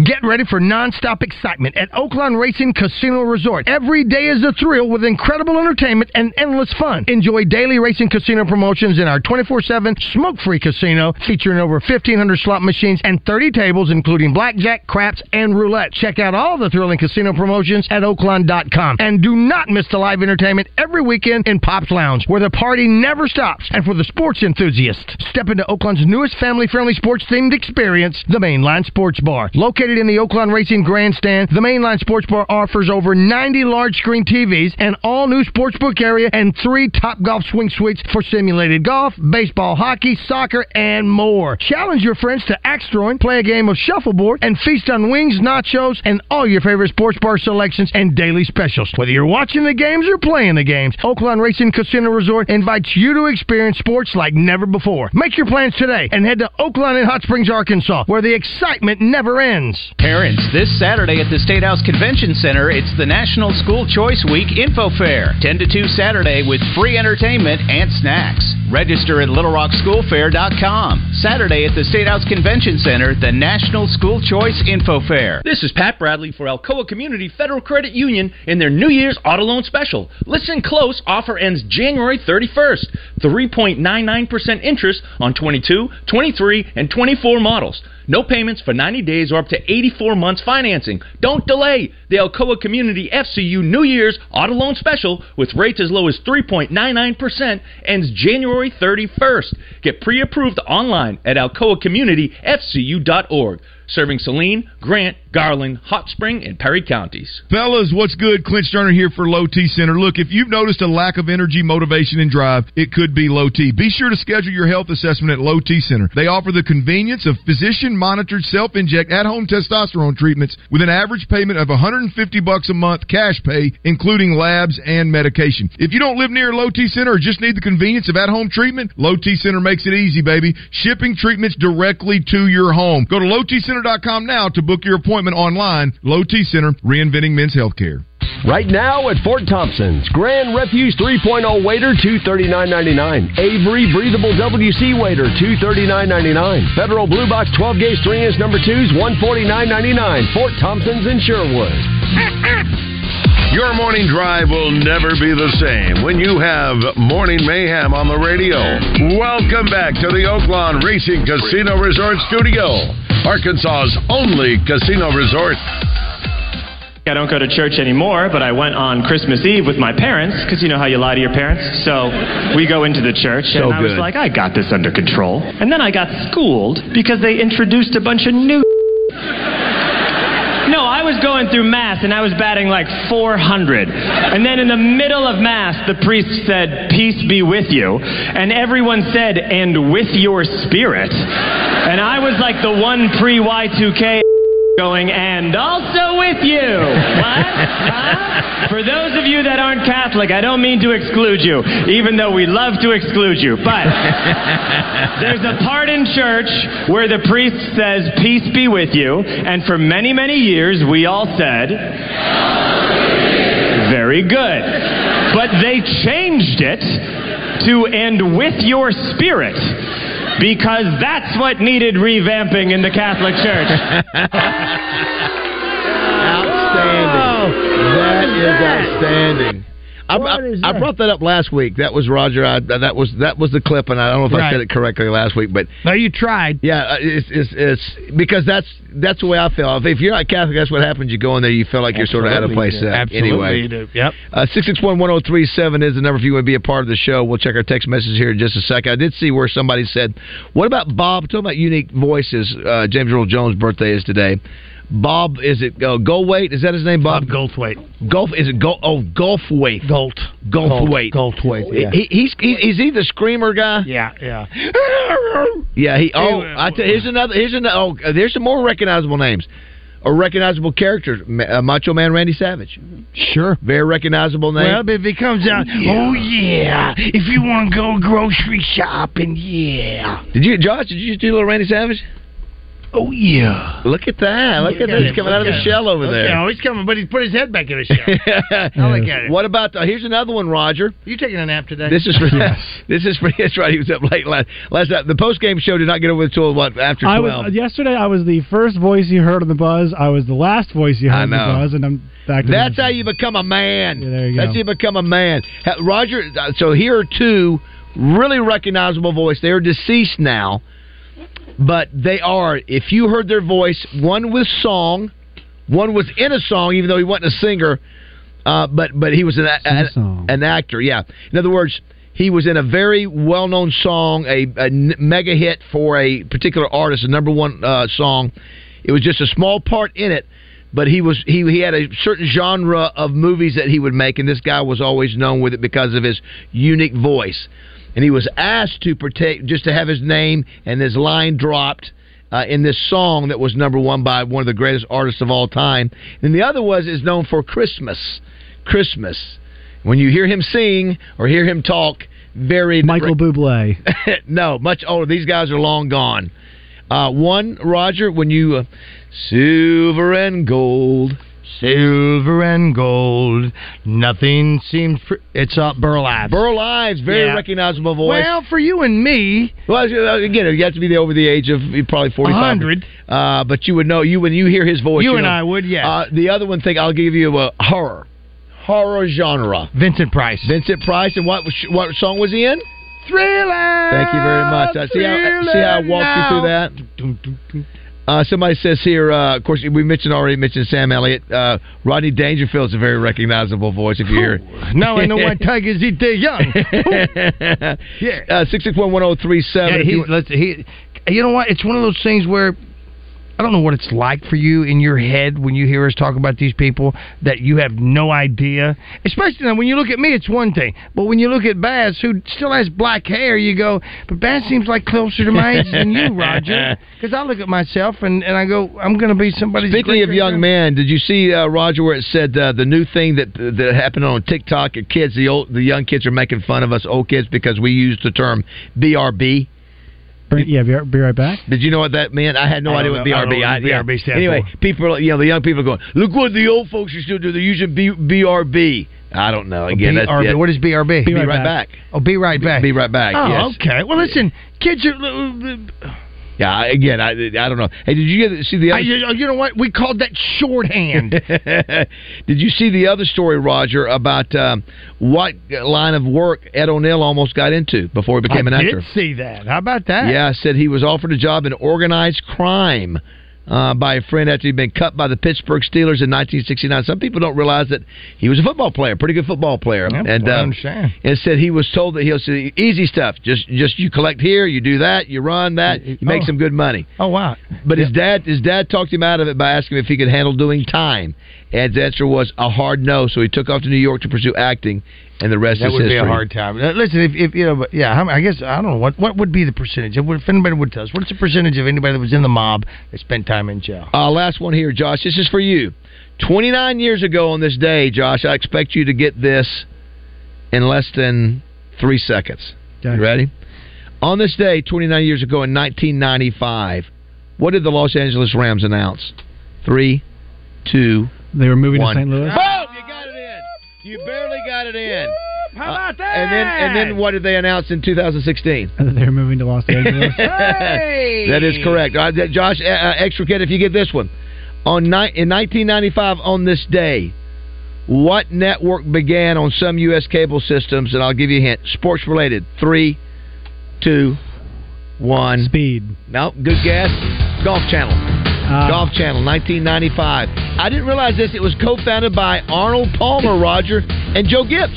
S6: Get ready for nonstop excitement
S19: oh,
S6: at Oakland Racing Casino Resort. Every day is a thrill with incredible entertainment and endless fun. Enjoy daily racing casino promotions in our 24-7 smoke-free casino featuring over 1,500 slot machines and 30 tables including blackjack, craps, and roulette. Check out all the thrilling casino promotions at oakland.com. And do not miss the live entertainment every weekend in Pops Lounge where the party never stops. And for the sports enthusiasts, step into Oakland's newest family-friendly sports-themed experience, the Mainline Sports Bar. Located in the Oakland Racing Grandstand, the Mainline Sports Bar offers over 90 large screen TVs, an all new sportsbook area, and three top golf swing suites for simulated golf, baseball, hockey, soccer, and more. Challenge your friends to axe throwing, play a game of shuffleboard, and feast on wings, nachos, and all your favorite sports bar selections and daily specials. Whether you're watching the games or playing the games, Oakland Racing Casino Resort invites you to experience sports like never before. Make your plans today and head to Oakland and Hot Springs, Arkansas, where the excitement never ends.
S20: Parents, this Saturday at the State House Convention Center, it's the National School Choice Week Info Fair, 10 to 2 Saturday with free entertainment and snacks. Register at littlerockschoolfair.com. Saturday at the State House Convention Center, the National School Choice Info Fair.
S21: This is Pat Bradley for Alcoa Community Federal Credit Union in their New Year's Auto Loan Special. Listen close, offer ends January 31st. 3.99% interest on 22, 23, and 24 models. No payments for 90 days or up to 84 months financing. Don't delay the Alcoa Community FCU New Year's Auto Loan Special with rates as low as 3.99% ends January 31st. Get pre approved online at alcoacommunityfcu.org. Serving Saline, Grant, Garland, Hot Spring, and Perry counties.
S22: Fellas, what's good? Clint Sterner here for Low T Center. Look, if you've noticed a lack of energy, motivation, and drive, it could be Low T. Be sure to schedule your health assessment at Low T Center. They offer the convenience of physician monitored self inject at home testosterone treatments with an average payment of 150 bucks a month cash pay, including labs and medication. If you don't live near a Low T Center or just need the convenience of at home treatment, Low T Center makes it easy, baby. Shipping treatments directly to your home. Go to lowtcenter.com now to book your appointment online. Low T Center, reinventing men's healthcare.
S23: Right now at Fort Thompson's, Grand Refuse 3.0 waiter 239.99, Avery Breathable WC waiter 239.99, Federal Blue Box 12 gauge 3 inch number 2s 149.99, Fort Thompson's in Sherwood.
S2: Your morning drive will never be the same when you have Morning Mayhem on the radio. Welcome back to the Oaklawn Racing Casino Resort Studio, Arkansas's only casino resort.
S24: I don't go to church anymore, but I went on Christmas Eve with my parents because you know how you lie to your parents. So we go into the church, and
S25: So
S24: I was
S25: good.
S24: like, I got this under control. And then I got schooled because they introduced a bunch of new. No, I was going through Mass and I was batting like 400. And then in the middle of Mass, the priest said, Peace be with you. And everyone said, And with your spirit. And I was like the one pre Y2K going, And also with you. What? Huh? For those of you that aren't Catholic, I don't mean to exclude you, even though we love to exclude you. But there's a part in church where the priest says, Peace be with you. And for many, many years, we all said, Very good. But they changed it to end with your spirit. Because that's what needed revamping in the Catholic Church.
S16: That is outstanding. I, I, I brought
S3: that up last week. That was Roger. I, that was that was the clip, and I don't know if I said
S16: Right.
S3: it correctly last week, but
S6: no, you tried.
S3: Yeah, uh, it's, it's, it's because that's that's the way I feel. If you're not Catholic, that's what happens. You go in there, you feel like you're sort of out of place.
S16: Absolutely, you do.
S3: uh,
S16: Absolutely,
S3: anyway.
S16: you do.
S6: Yep.
S3: Uh, Six six one one zero three seven is the number if you want to be a part of the show. We'll check our text message here in just a second. I did see where somebody said, "What about Bob?" Talking about unique voices. Uh, James Earl Jones' birthday is today. Bob, is it uh, Goldwaite? Is that his name? Bob, Goldthwait. Golf is it? Go, oh, Golfwaite. Gold. Golfwaite. Goldthwait.
S16: yeah.
S3: He, he's he, is he the screamer guy?
S6: Yeah, yeah.
S3: Yeah, he. Oh,
S16: Anyway,
S3: I tell, here's another. Here's another. Oh, there's some more recognizable names, or recognizable characters. Ma- Uh, Macho Man Randy Savage.
S6: Sure.
S3: Very recognizable name.
S14: Well, if it comes out, oh yeah, if you want to go grocery shopping, yeah.
S3: Did you, Josh? Did you just do a little Randy Savage? Oh yeah! Look at that! Look at that! He's coming out of the shell over there.
S14: No, he's coming, but he's put his head back in his shell.
S3: I
S14: look at it.
S3: What about the, here's another one, Roger?
S14: you taking a nap today?
S3: This is for this is for that's right. He was up late last last night. The post game show did not get over until what after
S7: I
S3: twelve.
S7: was yesterday. I was the first voice you heard on the buzz. I was the last voice you heard
S3: I
S7: on the
S3: know.
S7: buzz, and I'm back. To
S3: That's how you become a man.
S7: there you
S3: That's
S7: go.
S3: how you become a man. Ha- Roger. uh, So here are two really recognizable voice. They are deceased now, but they are. If you heard their voice, one was song, one was in a song, even though he wasn't a singer. Uh, but but he was an a- an, an actor. Yeah. In other words, he was in a very well known song, a, a n- mega hit for a particular artist, a number one uh, song. It was just a small part in it, but he was he he had a certain genre of movies that he would make, and this guy was always known with it because of his unique voice. And he was asked to protect just to have his name and his line dropped uh, in this song that was number one by one of the greatest artists of all time. And the other was is known for Christmas, Christmas. When you hear him sing or hear him talk, very
S7: Michael Bublé.
S3: no, much older. These guys are long gone. Uh, one, Roger, when you uh, silver and gold,
S6: silver and gold, nothing seems. Pr- it's uh, Burl Ives.
S3: Burl Ives, very
S6: Yeah.
S3: recognizable voice.
S6: Well, for you and me.
S3: Well, uh, again, you have to be the, over the age of uh, probably forty-five.
S6: 100.
S3: Uh, but you would know you when you hear his voice.
S6: You and
S3: know.
S6: I would, yeah.
S3: Uh, the other one thing I'll give you a horror, horror genre.
S6: Vincent Price.
S3: Vincent Price, and what what song was he in?
S6: Thriller.
S3: Thank you very much. I see how see how I walked you through that. Uh, somebody says here, uh, of course, we mentioned already mentioned Sam Elliott. Uh, Rodney Dangerfield's a very recognizable voice if you hear.
S6: Now I know why tigers eat their young.
S3: yeah. Uh, six six one one zero three seven.
S6: Yeah, he, let's, he, you know what? It's one of those things where I don't know what it's like for you in your head when you hear us talk about these people that you have no idea. Especially now, when you look at me, it's one thing, but when you look at Bass, who still has black hair, you go, "But Bass seems like closer to my age than you, Roger." Because I look at myself and, and I go, "I'm going to be somebody's."
S3: Speaking of young men, did you see uh, Roger where it said uh, the new thing that that happened on TikTok? Your kids, the old, the young kids are making fun of us old kids because we use the term BRB.
S7: Bring- yeah, be, right- be right back.
S3: Did you know what that meant? I had no
S7: I
S3: idea
S7: don't
S3: what
S7: know-
S3: BRB.
S7: I don't know what
S3: yeah.
S7: BRB stands
S3: Anyway, people, you know, the young people are going, look what the old folks are still doing. They're using B- BRB. I don't
S7: Oh,
S3: know. Again, that's
S6: BRB.
S3: it.
S6: What is BRB?
S3: Be, right, back.
S6: Oh, be right back.
S3: Be right back.
S6: Oh,
S3: yes.
S6: okay. Well, listen, kids are. uh,
S3: Yeah. I- Again, I, I don't know. Hey, did you get see the
S6: I,
S3: other?
S6: you you know what? We called that shorthand.
S3: Did you see the other story, Roger, about um, what line of work Ed O'Neill almost got into before he became
S6: I
S3: an actor?
S6: did see that. How about that?
S3: Yeah, said he was offered a job in organized crime uh, by a friend after he'd been cut by the Pittsburgh Steelers in 1969. Some people don't realize that he was a football player, pretty good football player, and
S6: well, I
S3: um,
S6: understand.
S3: and said he was told that he'll say easy stuff, just just you collect here, you do that, you run that, you make
S6: oh.
S3: some good money.
S6: Oh wow.
S3: But his dad, his dad talked him out of it by asking him if he could handle doing time. Ed's answer was a hard no, so he took off to New York to pursue acting, and the rest
S6: That
S3: is
S6: would
S3: history.
S6: be a hard time. Uh, Listen, if, if you know, but yeah, how many- I guess I don't know what what would be the percentage. If, if anybody would tell us, what's the percentage of anybody that was in the mob that spent time in jail?
S3: Uh, last one here, Josh. This is for you. 29 years ago on this day, Josh, I expect you to get this in less than three seconds. You ready? On this day, 29 years ago in 1995, what did the Los Angeles Rams announce? Three, two,
S7: They were moving
S3: One.
S7: to St. Louis.
S3: Boom! You got it in. You barely got it in. Uh,
S6: How
S3: about that? And then, and then what did they announce in 2016?
S7: they were moving to Los Angeles.
S3: that is correct. Uh, that- Josh, uh, uh, extra kid, if you get this one. On ni- in 1995, on this day, what network began on some U.S. cable systems? And I'll give you a hint: sports related. Three, two, one.
S7: Speed.
S3: No, good guess. Golf Channel.
S6: Uh.
S3: Golf Channel, 1995. I didn't realize this. It was co-founded by Arnold Palmer, Roger, and Joe Gibbs.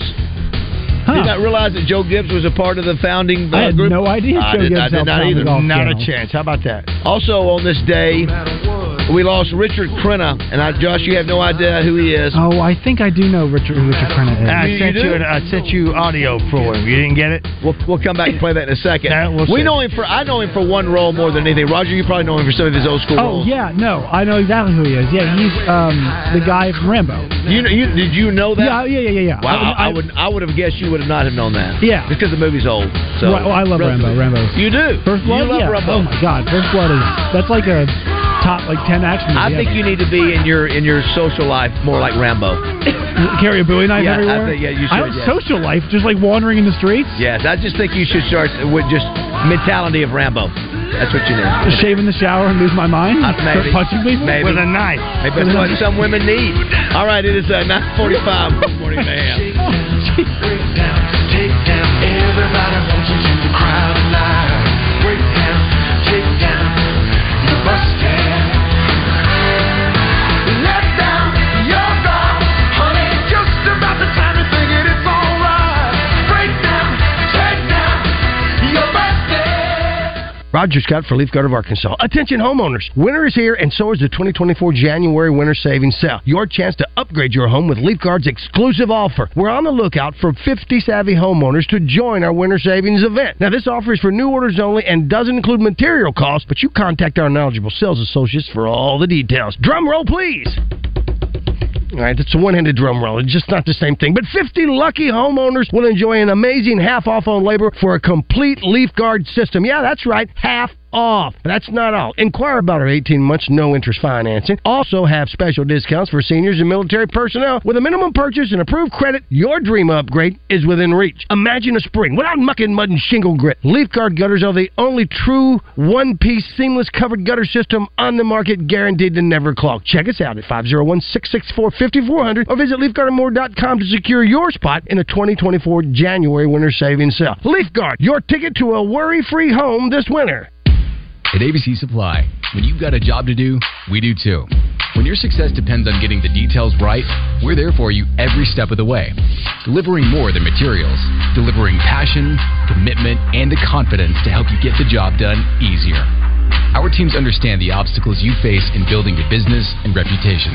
S3: Did not realize that Joe Gibbs was a part of the founding uh,
S6: I had
S3: group.
S6: no idea
S3: I
S6: Joe
S3: did, I
S6: Gibbs
S3: did
S6: helped
S3: not
S6: found the
S3: either.
S6: Golf Not a Channel. chance. How about that?
S3: Also on this day, We lost Richard Crenna, and I, Josh, you have no idea who he is.
S7: Oh, I think I do know Richard who Richard Crenna is.
S26: I
S3: Ah,
S26: sent you, an, I sent you audio for him. You didn't get it.
S3: We'll, we'll come back and play that in a second. we
S26: see.
S3: know him for I know him for one role more than anything. Roger, you probably know him for some of his old school
S7: Oh
S3: roles.
S7: yeah, no, I know exactly who he is. Yeah, he's um the guy from Rambo.
S3: You, know- you did you know that?
S7: Yeah, yeah, yeah, yeah. yeah.
S3: Wow, I, would I would have guessed you would have not have known that.
S7: Yeah.
S3: because the movie's old. So
S7: Right, well, oh, I love
S3: Rest of
S7: Rambo.
S3: it.
S7: Rambo.
S3: You do.
S7: First Blood.
S3: You love
S7: yeah.
S3: Rambo.
S7: Oh my God, First Blood is that's like a top like ten action.
S3: I think you need to be in your in your social life more like Rambo.
S7: carry a Bowie knife
S3: Yeah, I
S7: everywhere.
S3: think- yeah, you
S7: I
S3: should,
S7: don't
S3: yeah.
S7: social life, just like wandering in the streets,
S3: Yes, I just think you should start with just mentality of Rambo. That's what you need.
S7: just shave in the shower and lose my mind, start
S3: Maybe.
S7: punching people
S3: Maybe. Maybe that's what some women need. All right, it is uh, 945 this morning, man.
S6: Roger Scott for Leaf Guard of Arkansas. Attention homeowners. Winter is here and so is the 2024 January Winter Savings Sale. Your chance to upgrade your home with Leaf Guard's exclusive offer. We're on the lookout for 50 savvy homeowners to join our winter savings event. Now this offer is for new orders only and doesn't include material costs, but you contact our knowledgeable sales associates for all the details. Drum roll please. All right, it's a one-handed drum roll. It's just not the same thing. But 50 lucky homeowners will enjoy an amazing half-off on labor for a complete leaf guard system. Yeah, that's right, half off. But That's not all. Inquire about our 18 months no interest financing. Also have special discounts for seniors and military personnel. With a minimum purchase and approved credit, your dream upgrade is within reach. Imagine a spring without muck and mud and shingle grit. Leaf guard gutters are the only true one-piece seamless covered gutter system on the market guaranteed to never clog. Check us out at 501-664-5400 or visit leafguardandmore.com to secure your spot in the 2024 January winter savings sale. Leaf Guard, your ticket to a worry-free home this winter.
S25: At ABC Supply, when you've got a job to do, we do too. When your success depends on getting the details right, we're there for you every step of the way. Delivering more than materials, delivering passion, commitment, and the confidence to help you get the job done easier. Our teams understand the obstacles you face in building your business and reputation,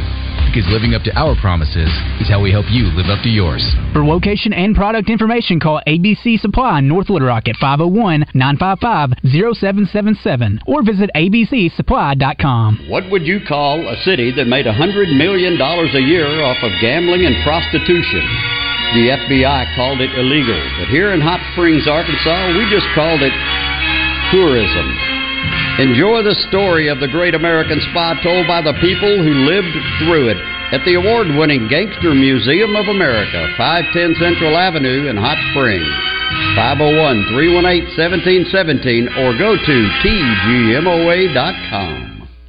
S25: because living up to our promises is how we help you live up to yours.
S11: For location and product information, call ABC Supply in North Little Rock at 501-955-0777 or visit abcsupply.com.
S12: What would you call a city that made $100 million a year off of gambling and prostitution? The FBI called it illegal, but here in Hot Springs, Arkansas, we just called it tourism. Enjoy the story of the great American spa told by the people who lived through it at the award winning Gangster Museum of America, 510 Central Avenue in Hot Springs. 501 318 1717 or go to tgmoa.com.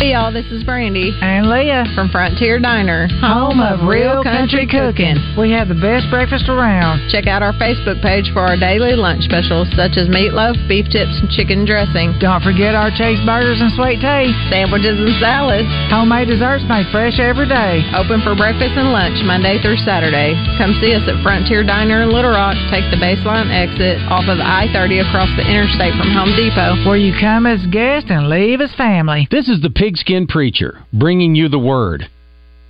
S27: Hey y'all, this is Brandy and Leah from Frontier Diner, home of real country cooking. We have the best breakfast around. Check out our Facebook page for our daily lunch specials such as meatloaf, beef tips, and chicken dressing. Don't forget our cheeseburgers and sweet tea, sandwiches and salads. Homemade desserts made fresh every day. Open for breakfast and lunch Monday through Saturday. Come see us at Frontier Diner in Little Rock. Take the baseline exit off of I-30 across the interstate from Home Depot.
S28: where you come as guest and leave as family. This is the Pigskin Preacher bringing you the word.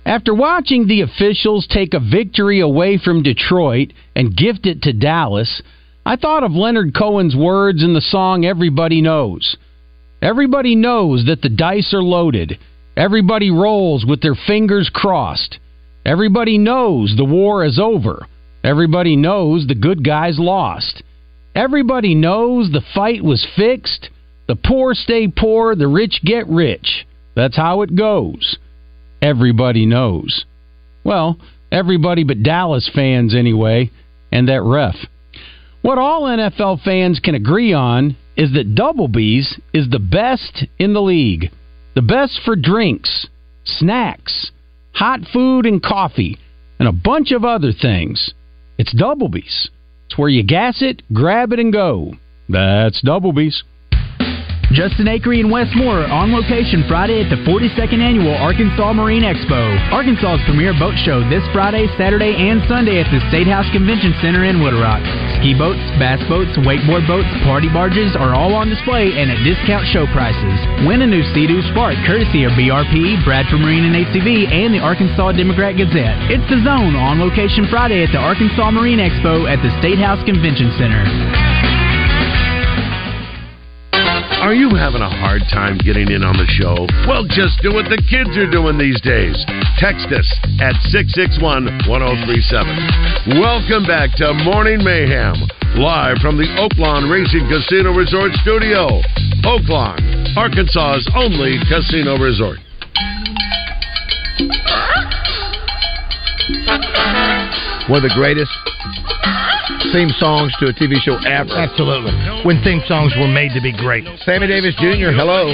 S28: After watching the officials take a victory away from Detroit and gift it to Dallas, I thought of Leonard Cohen's words in the song Everybody Knows. Everybody knows that the dice are loaded, Everybody rolls with their fingers crossed. Everybody knows the war is over. Everybody knows the good guys lost. Everybody knows the fight was fixed. The poor stay poor, the rich get rich. That's how it goes. Everybody knows. Well, everybody but Dallas fans, anyway, and that ref. What all NFL fans can agree on is that Double B's is the best in the league. The best for drinks, snacks, hot food and coffee, and a bunch of other things. It's Double B's. It's where you gas it, grab it, and go. That's Double B's.
S11: Justin Akery and Wes Moore are on location Friday at the 42nd Annual Arkansas Marine Expo. Arkansas's premier boat show this Friday, Saturday, and Sunday at the State House Convention Center in Little Rock. Ski boats, bass boats, wakeboard boats, party barges are all on display and at discount show prices. Win a new Sea-Doo Spark courtesy of BRP, Bradford Marine and ATV, and the Arkansas Democrat Gazette. It's The Zone on location Friday at the Arkansas Marine Expo at the State House Convention Center.
S2: Are you having a hard time getting in on the show? Well, just do what the kids are doing these days. Text us at 661 1037. Welcome back to Morning Mayhem, live from the Oaklawn Racing Casino Resort Studio. Oaklawn, Arkansas's only casino resort.
S3: One of the greatest theme songs to a TV show ever.
S6: Absolutely. When theme songs were made to be great.
S3: Sammy Davis Jr., hello.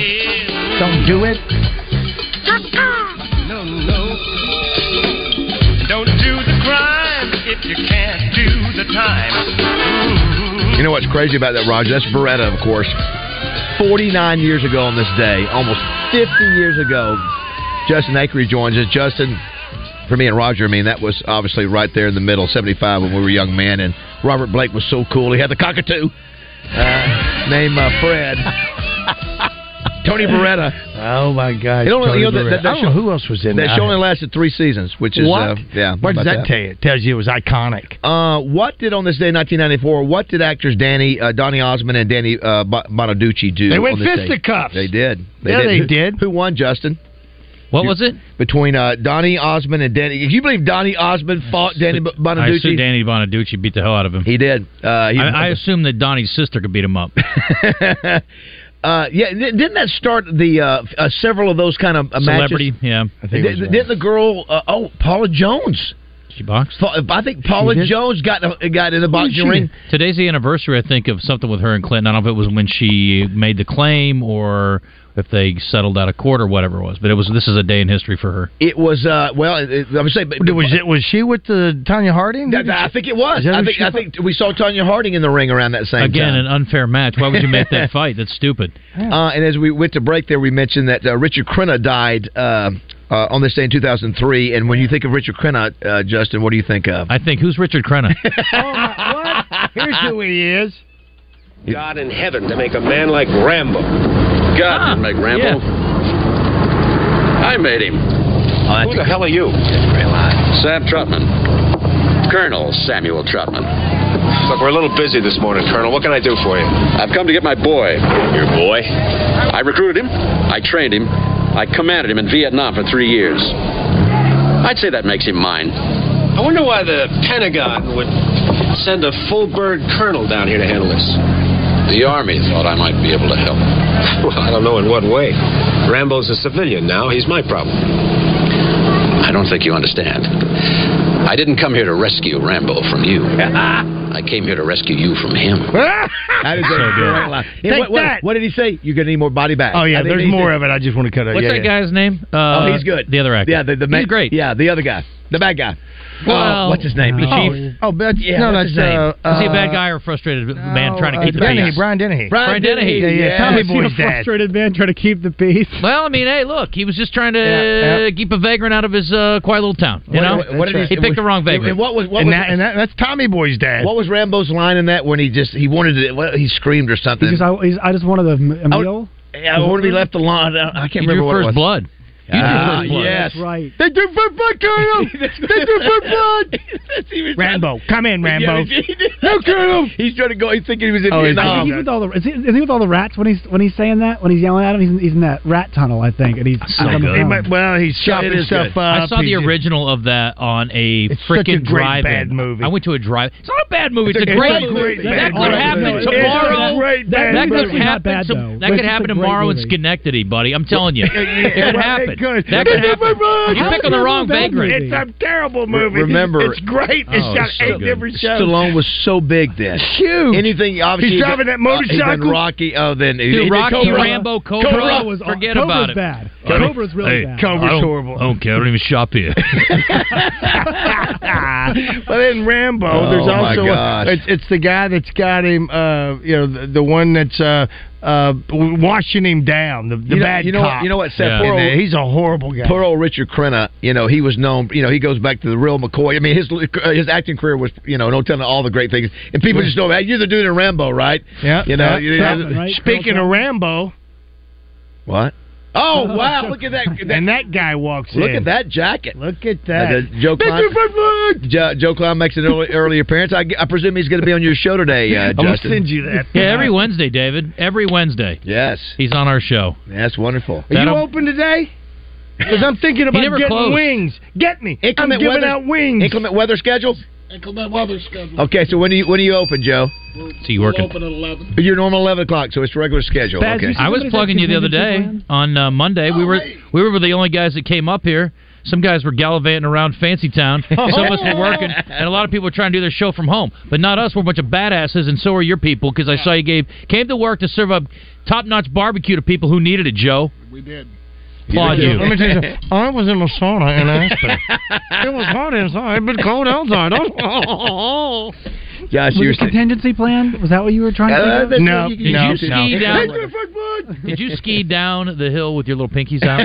S6: Don't do it.
S14: No, no. Don't do the crime if you can't do the time.
S3: You know what's crazy about that, Roger? That's Beretta, of course. 49 years ago on this day, almost 50 years ago, Justin Akery joins us. Justin, for me and Roger, I mean, that was obviously right there in the middle, 75 when we were young men, and Robert Blake was so cool. He had the cockatoo uh, named uh, Fred. Tony Beretta.
S6: Oh my God!
S3: You know,
S6: Tony
S3: you know, that-
S6: Barrett.
S3: that- that
S6: I don't
S3: show-
S6: know who else was in
S3: That
S6: that.
S3: show only lasted three seasons, which is
S6: What?
S3: Uh, yeah.
S6: What
S3: how
S6: does
S3: about
S6: that, tell you? It tells you it was iconic.
S3: Uh, what did on this day, 1994? What did actors Danny, uh, Donny Osmond, and Danny uh, Bo- Bonaducci do?
S6: They went
S3: on this day?
S6: fisticuffs.
S3: They did.
S6: Yeah, they
S3: Who- Who, won, Justin?
S1: What was it
S3: between uh, Donny Osmond and Danny? Can you believe Donny Osmond fought Danny B-
S1: I assume
S3: Bonaducci?
S1: Danny Bonaducci beat the hell out of him.
S3: He did. Uh, he-
S1: I, I assume that Donnie's sister could beat him up.
S3: uh, yeah, di- didn't that start the uh, f- uh, several of those kind of uh, matches?
S1: Celebrity, yeah.
S3: Di- di- didn't the girl? Uh, oh, Paula Jones.
S1: She boxed.
S3: I think Paula
S1: She did?
S3: Jones got in a- got in the boxing ring.
S1: Today's the anniversary, I think, of something with her and Clinton. I don't know if it was when she made the claim or if they settled out of court or whatever it was. But it was. This is a day in history for her.
S3: It was uh, well. It, it, I'm saying, but,
S6: Was it? Was she with the Tanya Harding?
S3: That- I think it was.
S6: Is that
S3: I
S6: who
S3: think
S6: she
S3: I think we saw Tonya Harding in the ring around that same
S1: Again,
S3: time.
S1: an unfair match. Why would you make that fight? That's stupid.
S3: Uh, and as we went to break there, we mentioned that uh, Richard Crenna died uh, uh, on this day in 2003. And when you think of Richard Crenna, uh, Justin, what do you think of?
S1: I think who's Richard Crenna?
S6: Oh, Here's who he is.
S4: God in heaven to make a man like Rambo. God didn't make Rambo. Ah, I made him. Who the hell are you? Sam Trotman. Colonel Samuel Trotman. Look, we're a little busy this morning, Colonel. What can I do for you? I've come to get my boy. Your boy? I recruited him. I trained him. I commanded him in Vietnam for three years. I'd say that makes him mine. I wonder why the Pentagon would send a full bird colonel down here to handle this. The Army thought I might be able to help. Well, I don't know in what way. Rambo's a civilian now. He's my problem. I don't think you understand. I didn't come here to rescue Rambo from you. I came here to rescue you from him.
S3: That is a
S4: So good.
S3: great line. And
S4: Take
S3: what, what-
S4: that.
S3: what did he say? You're going to need more body back.
S6: Oh yeah,
S3: I think
S6: there's
S3: he
S6: more
S3: said-
S6: of it. I just want to cut out.
S1: What's
S6: yeah,
S1: that
S6: yeah.
S1: guy's name?
S3: Uh,
S1: Uh,
S3: oh, he's good.
S1: The other actor.
S3: Yeah, the, the
S1: He's great.
S3: Yeah, the other guy, the bad guy.
S1: Well,
S3: Uh, what's his name?
S1: the chief.
S6: Oh, but
S3: yeah,
S6: no,
S3: what's
S6: that's
S3: his name?
S6: uh,
S1: is he a
S6: uh,
S1: bad guy or a frustrated man trying to
S6: uh,
S1: keep the
S6: Dennehy,
S1: peace?
S6: Brian Dennehy.
S1: Brian Dennehy.
S6: Yeah, yeah. Tommy Boy's
S1: dad.
S6: frustrated man trying to keep the peace.
S1: Well, I mean, hey, look, he was just trying to
S6: Yeah,
S1: uh, keep a vagrant out of his uh, quiet little town. You
S6: What-
S1: know,
S6: what- what did he-
S1: he picked the wrong vagrant.
S3: And what was what
S6: and
S3: was
S6: that, and that, that's Tommy Boy's dad.
S3: what was Rambo's line in that when he just he wanted to well, he screamed or something?
S7: Because I, he's, I just wanted a, m-
S3: I
S7: a
S3: would-
S7: meal.
S3: Yeah, I want to be left alone. I I can't
S7: You
S3: remember
S7: drew
S3: what it
S7: first
S3: was.
S1: blood.
S7: You drew
S3: Ah,
S7: first blood.
S3: Yes,
S7: That's right.
S3: They do first blood, Colonel. they do first blood. he was
S6: Rambo, come in, Rambo.
S3: How could him? He's trying to go. He's thinking he was in
S6: Oh, is he?
S3: Vietnam.
S6: He's
S7: He's with all the is he, is he with all the rats when he's when he's saying that when he's yelling at him he's in, he's in that rat tunnel I think and he's on the
S1: good.
S6: He
S7: phone.
S6: might- well, he's chopping stuff up.
S1: I saw the
S6: he's-
S1: original of that on a
S6: such a
S1: freaking
S6: great
S1: drive-in.
S6: bad
S1: movie. I went to a drive. It's not a bad movie. It's,
S6: It's
S1: a,
S6: a
S1: great,
S6: great
S1: movie.
S6: bad
S1: That could
S6: movie.
S1: happen
S6: It's a
S1: tomorrow.
S6: great
S1: that,
S6: bad
S1: that could
S6: movie. Not
S1: happen.
S6: bad,
S1: to-
S6: though.
S1: that
S6: But
S1: could
S6: it's
S1: happen
S6: a great
S1: tomorrow in
S6: movie.
S1: Schenectady, buddy. I'm telling you, it could
S6: Well,
S1: happen.
S6: it could.
S1: That could
S6: It's a
S1: happen.
S6: bad
S1: You pick on
S6: movie.
S1: the wrong
S6: It's a bad
S1: vagrant.
S6: movie.
S14: It's a terrible movie.
S3: Remember,
S14: it's great. It's
S3: Oh,
S14: got
S3: so
S14: eight
S3: good.
S14: different shows.
S3: Stallone was so big then.
S14: Huge.
S3: Anything obviously.
S14: He's driving that
S3: Uh, he's
S14: motorcycle.
S3: been Rocky. Oh, then he
S1: Dude,
S3: did
S1: Rocky,
S3: Cobra.
S1: Rambo, Cobra,
S3: was
S1: forget
S3: Cobra's
S1: about it.
S3: bad.
S1: Hey,
S3: Cobra's really
S1: hey,
S3: bad.
S1: I
S3: Cobra's
S1: don't-
S3: horrible.
S1: I don't care. I don't even shop here.
S6: but then Rambo,
S1: Oh,
S6: there's
S1: my
S6: also
S1: gosh.
S6: it's, it's the guy that's got him. Uh, you know, the, the one that's uh, uh, washing him down. The, the
S3: You know-
S6: bad
S3: you know what-
S6: cop.
S3: you know what, Seth,
S6: And,
S3: poor
S6: uh,
S3: old-
S6: he's a horrible guy.
S3: Poor old Richard Crenna, you know, he was known. You know, he goes back to the real McCoy. I mean, his uh, his acting career was, you know, no telling all the great things. And people just know, hey, you're the dude in Rambo, right?
S6: Yeah.
S3: You know,
S6: Yeah.
S3: you
S6: Right, right. Speaking of Rambo,
S3: what? Oh wow! Look at that.
S6: and that guy walks
S3: Look
S6: in.
S3: at that jacket.
S6: Look at that.
S3: Uh, Joe Klein, Jo- Joe Klein makes an early, early appearance. I, I presume he's going to be on your show today, uh,
S1: I'm gonna
S3: Justin.
S1: send
S6: you that.
S1: yeah, every Wednesday, David. Every Wednesday.
S3: Yes.
S1: He's on our show.
S3: That's wonderful.
S6: Are you open today? Because I'm thinking
S1: He
S6: about
S1: never
S6: getting
S1: closed.
S6: wings. Get me. I'm
S3: Inclement
S6: giving
S3: weather-
S6: out wings.
S3: Inclement weather schedule.
S29: Inclement weather schedule.
S3: Okay, so when do you when do you open, Joe?
S1: So you
S29: We'll
S1: working?
S29: open at 11.
S3: You're normal eleven o'clock, so it's regular schedule. okay.
S1: I was plugging you the other day on uh, Monday. we were we were the only guys that came up here. Some guys were gallivanting around Fancy Town. Some of us were working, and a lot of people were trying to do their show from home. But not us. We're a bunch of badasses, and so are your people. Because I saw you gave came to work to serve up top notch barbecue to people who needed it. Joe,
S29: We did.
S1: applaud you.
S6: Let me tell you something. I was in a sauna in Aspen. it was hot inside, but cold outside. Oh.
S3: Josh,
S7: was it contingency plan? Was that what you were trying
S1: Uh,
S7: to?
S1: that's
S7: think
S1: No,
S7: of?
S1: what you- no, Did you no. ski down- Did you ski down the hill with your little pinkies out?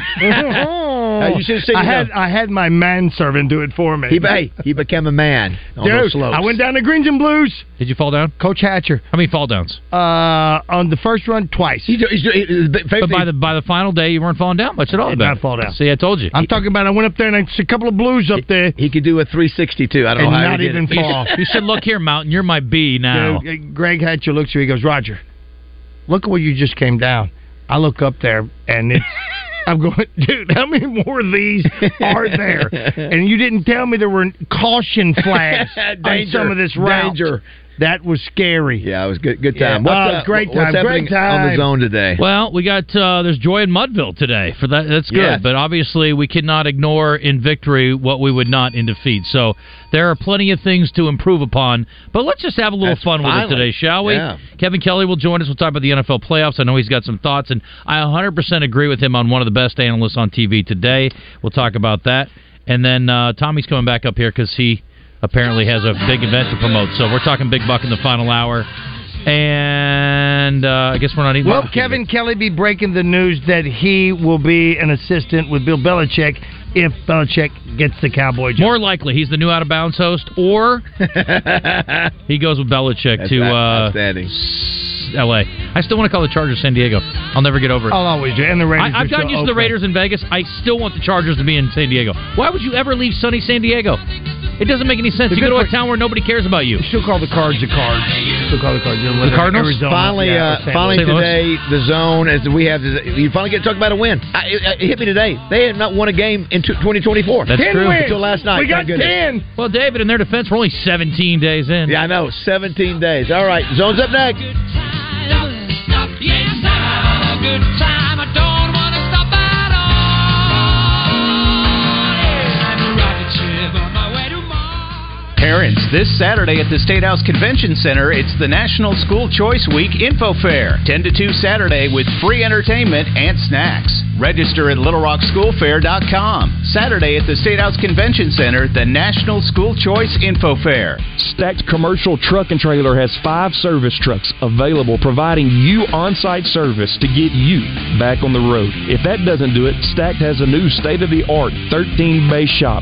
S3: you should have seen
S6: I
S3: him.
S6: had I had my manservant do it for me.
S3: He, hey, he became a man on those
S6: Dude,
S3: slopes.
S6: I went down to Greens and Blues.
S1: Did you fall down,
S6: Coach Hatcher?
S1: How many fall downs?
S6: Uh, on the first run twice.
S1: But by the by the final day, you weren't falling down much at all.
S6: Did
S1: about
S6: not
S1: it.
S6: fall down.
S1: See, I told you.
S6: I'm talking about I went up there and I took a couple of blues up there.
S3: He could do a 362. I don't
S6: and
S3: know how
S6: not
S3: he did
S6: even
S3: it.
S6: fall.
S1: You should look here, Mountain. You're my bee now.
S6: Dude, uh, Greg Hatcher looks at me. He goes, Roger, look at where you just came down. I look up there and it's. I'm going, dude. How many more of these are there? And you didn't tell me there were caution flags on
S3: Danger.
S6: some of this route.
S3: Danger.
S6: That was scary.
S3: Yeah, it was good. Good time.
S6: Yeah.
S3: What's,
S6: Uh,
S3: uh,
S6: great
S3: what's
S6: time.
S3: happening
S6: Great time.
S3: on the zone today?
S1: Well, we got uh, there's joy in Mudville today for that. That's good,
S3: Yes.
S1: but obviously we cannot ignore in victory what we would not in defeat. So there are plenty of things to improve upon. But let's just have a little
S3: That's
S1: fun with
S3: finally.
S1: it today, shall we?
S3: Yeah.
S1: Kevin Kelly will join us. We'll talk about the NFL playoffs. I know he's got some thoughts, and I 100% agree with him on one of the best analysts on TV today. We'll talk about that, and then uh, Tommy's coming back up here because he apparently has a big event to promote. So we're talking big buck in the final hour. And uh, I guess we're not eating.
S6: Will
S1: barbecue.
S6: Kevin Kelly be breaking the news that he will be an assistant with Bill Belichick if Belichick gets the Cowboy job?
S1: More likely, he's the new out of bounds host, or he goes with Belichick
S6: That's
S1: to
S6: out-
S1: uh,
S3: outstanding.
S1: L.A. I still want to call the Chargers San Diego. I'll never get over it.
S6: I'll always do. And Oh, the Raiders.
S1: I,
S6: are
S1: have gotten
S6: so
S1: used to the
S6: open.
S1: Raiders in Vegas. I still want the Chargers to be in San Diego. Why would you ever leave sunny San Diego? It doesn't make any sense.
S6: The
S1: you go to
S6: good
S1: a
S6: part-
S1: town where nobody cares about you.
S6: Still call the Cards the Cards. Still call the Cards.
S1: The Cardinals?
S3: Finally, uh, finally today, the zone as we have. Is, you finally get to talk about a win. I, it, it hit me today. They had not won a game in two- 2024.
S1: That's true.
S3: until last night. Thank goodness.
S1: Well, David, in their defense, we're only 17 days in.
S3: Yeah, I know. 17 days. All right, zone's up next.
S20: Parents, this Saturday at the State House Convention Center, it's the National School Choice Week Info Fair, 10 to 2 Saturday with free entertainment and snacks. Register at littlerockschoolfair.com. Saturday at the State House Convention Center, the National School Choice Info Fair.
S21: Stacked Commercial Truck and Trailer has five service trucks available, providing you on site service to get you back on the road. If that doesn't do it, Stacked has a new state of the art 13 bay shop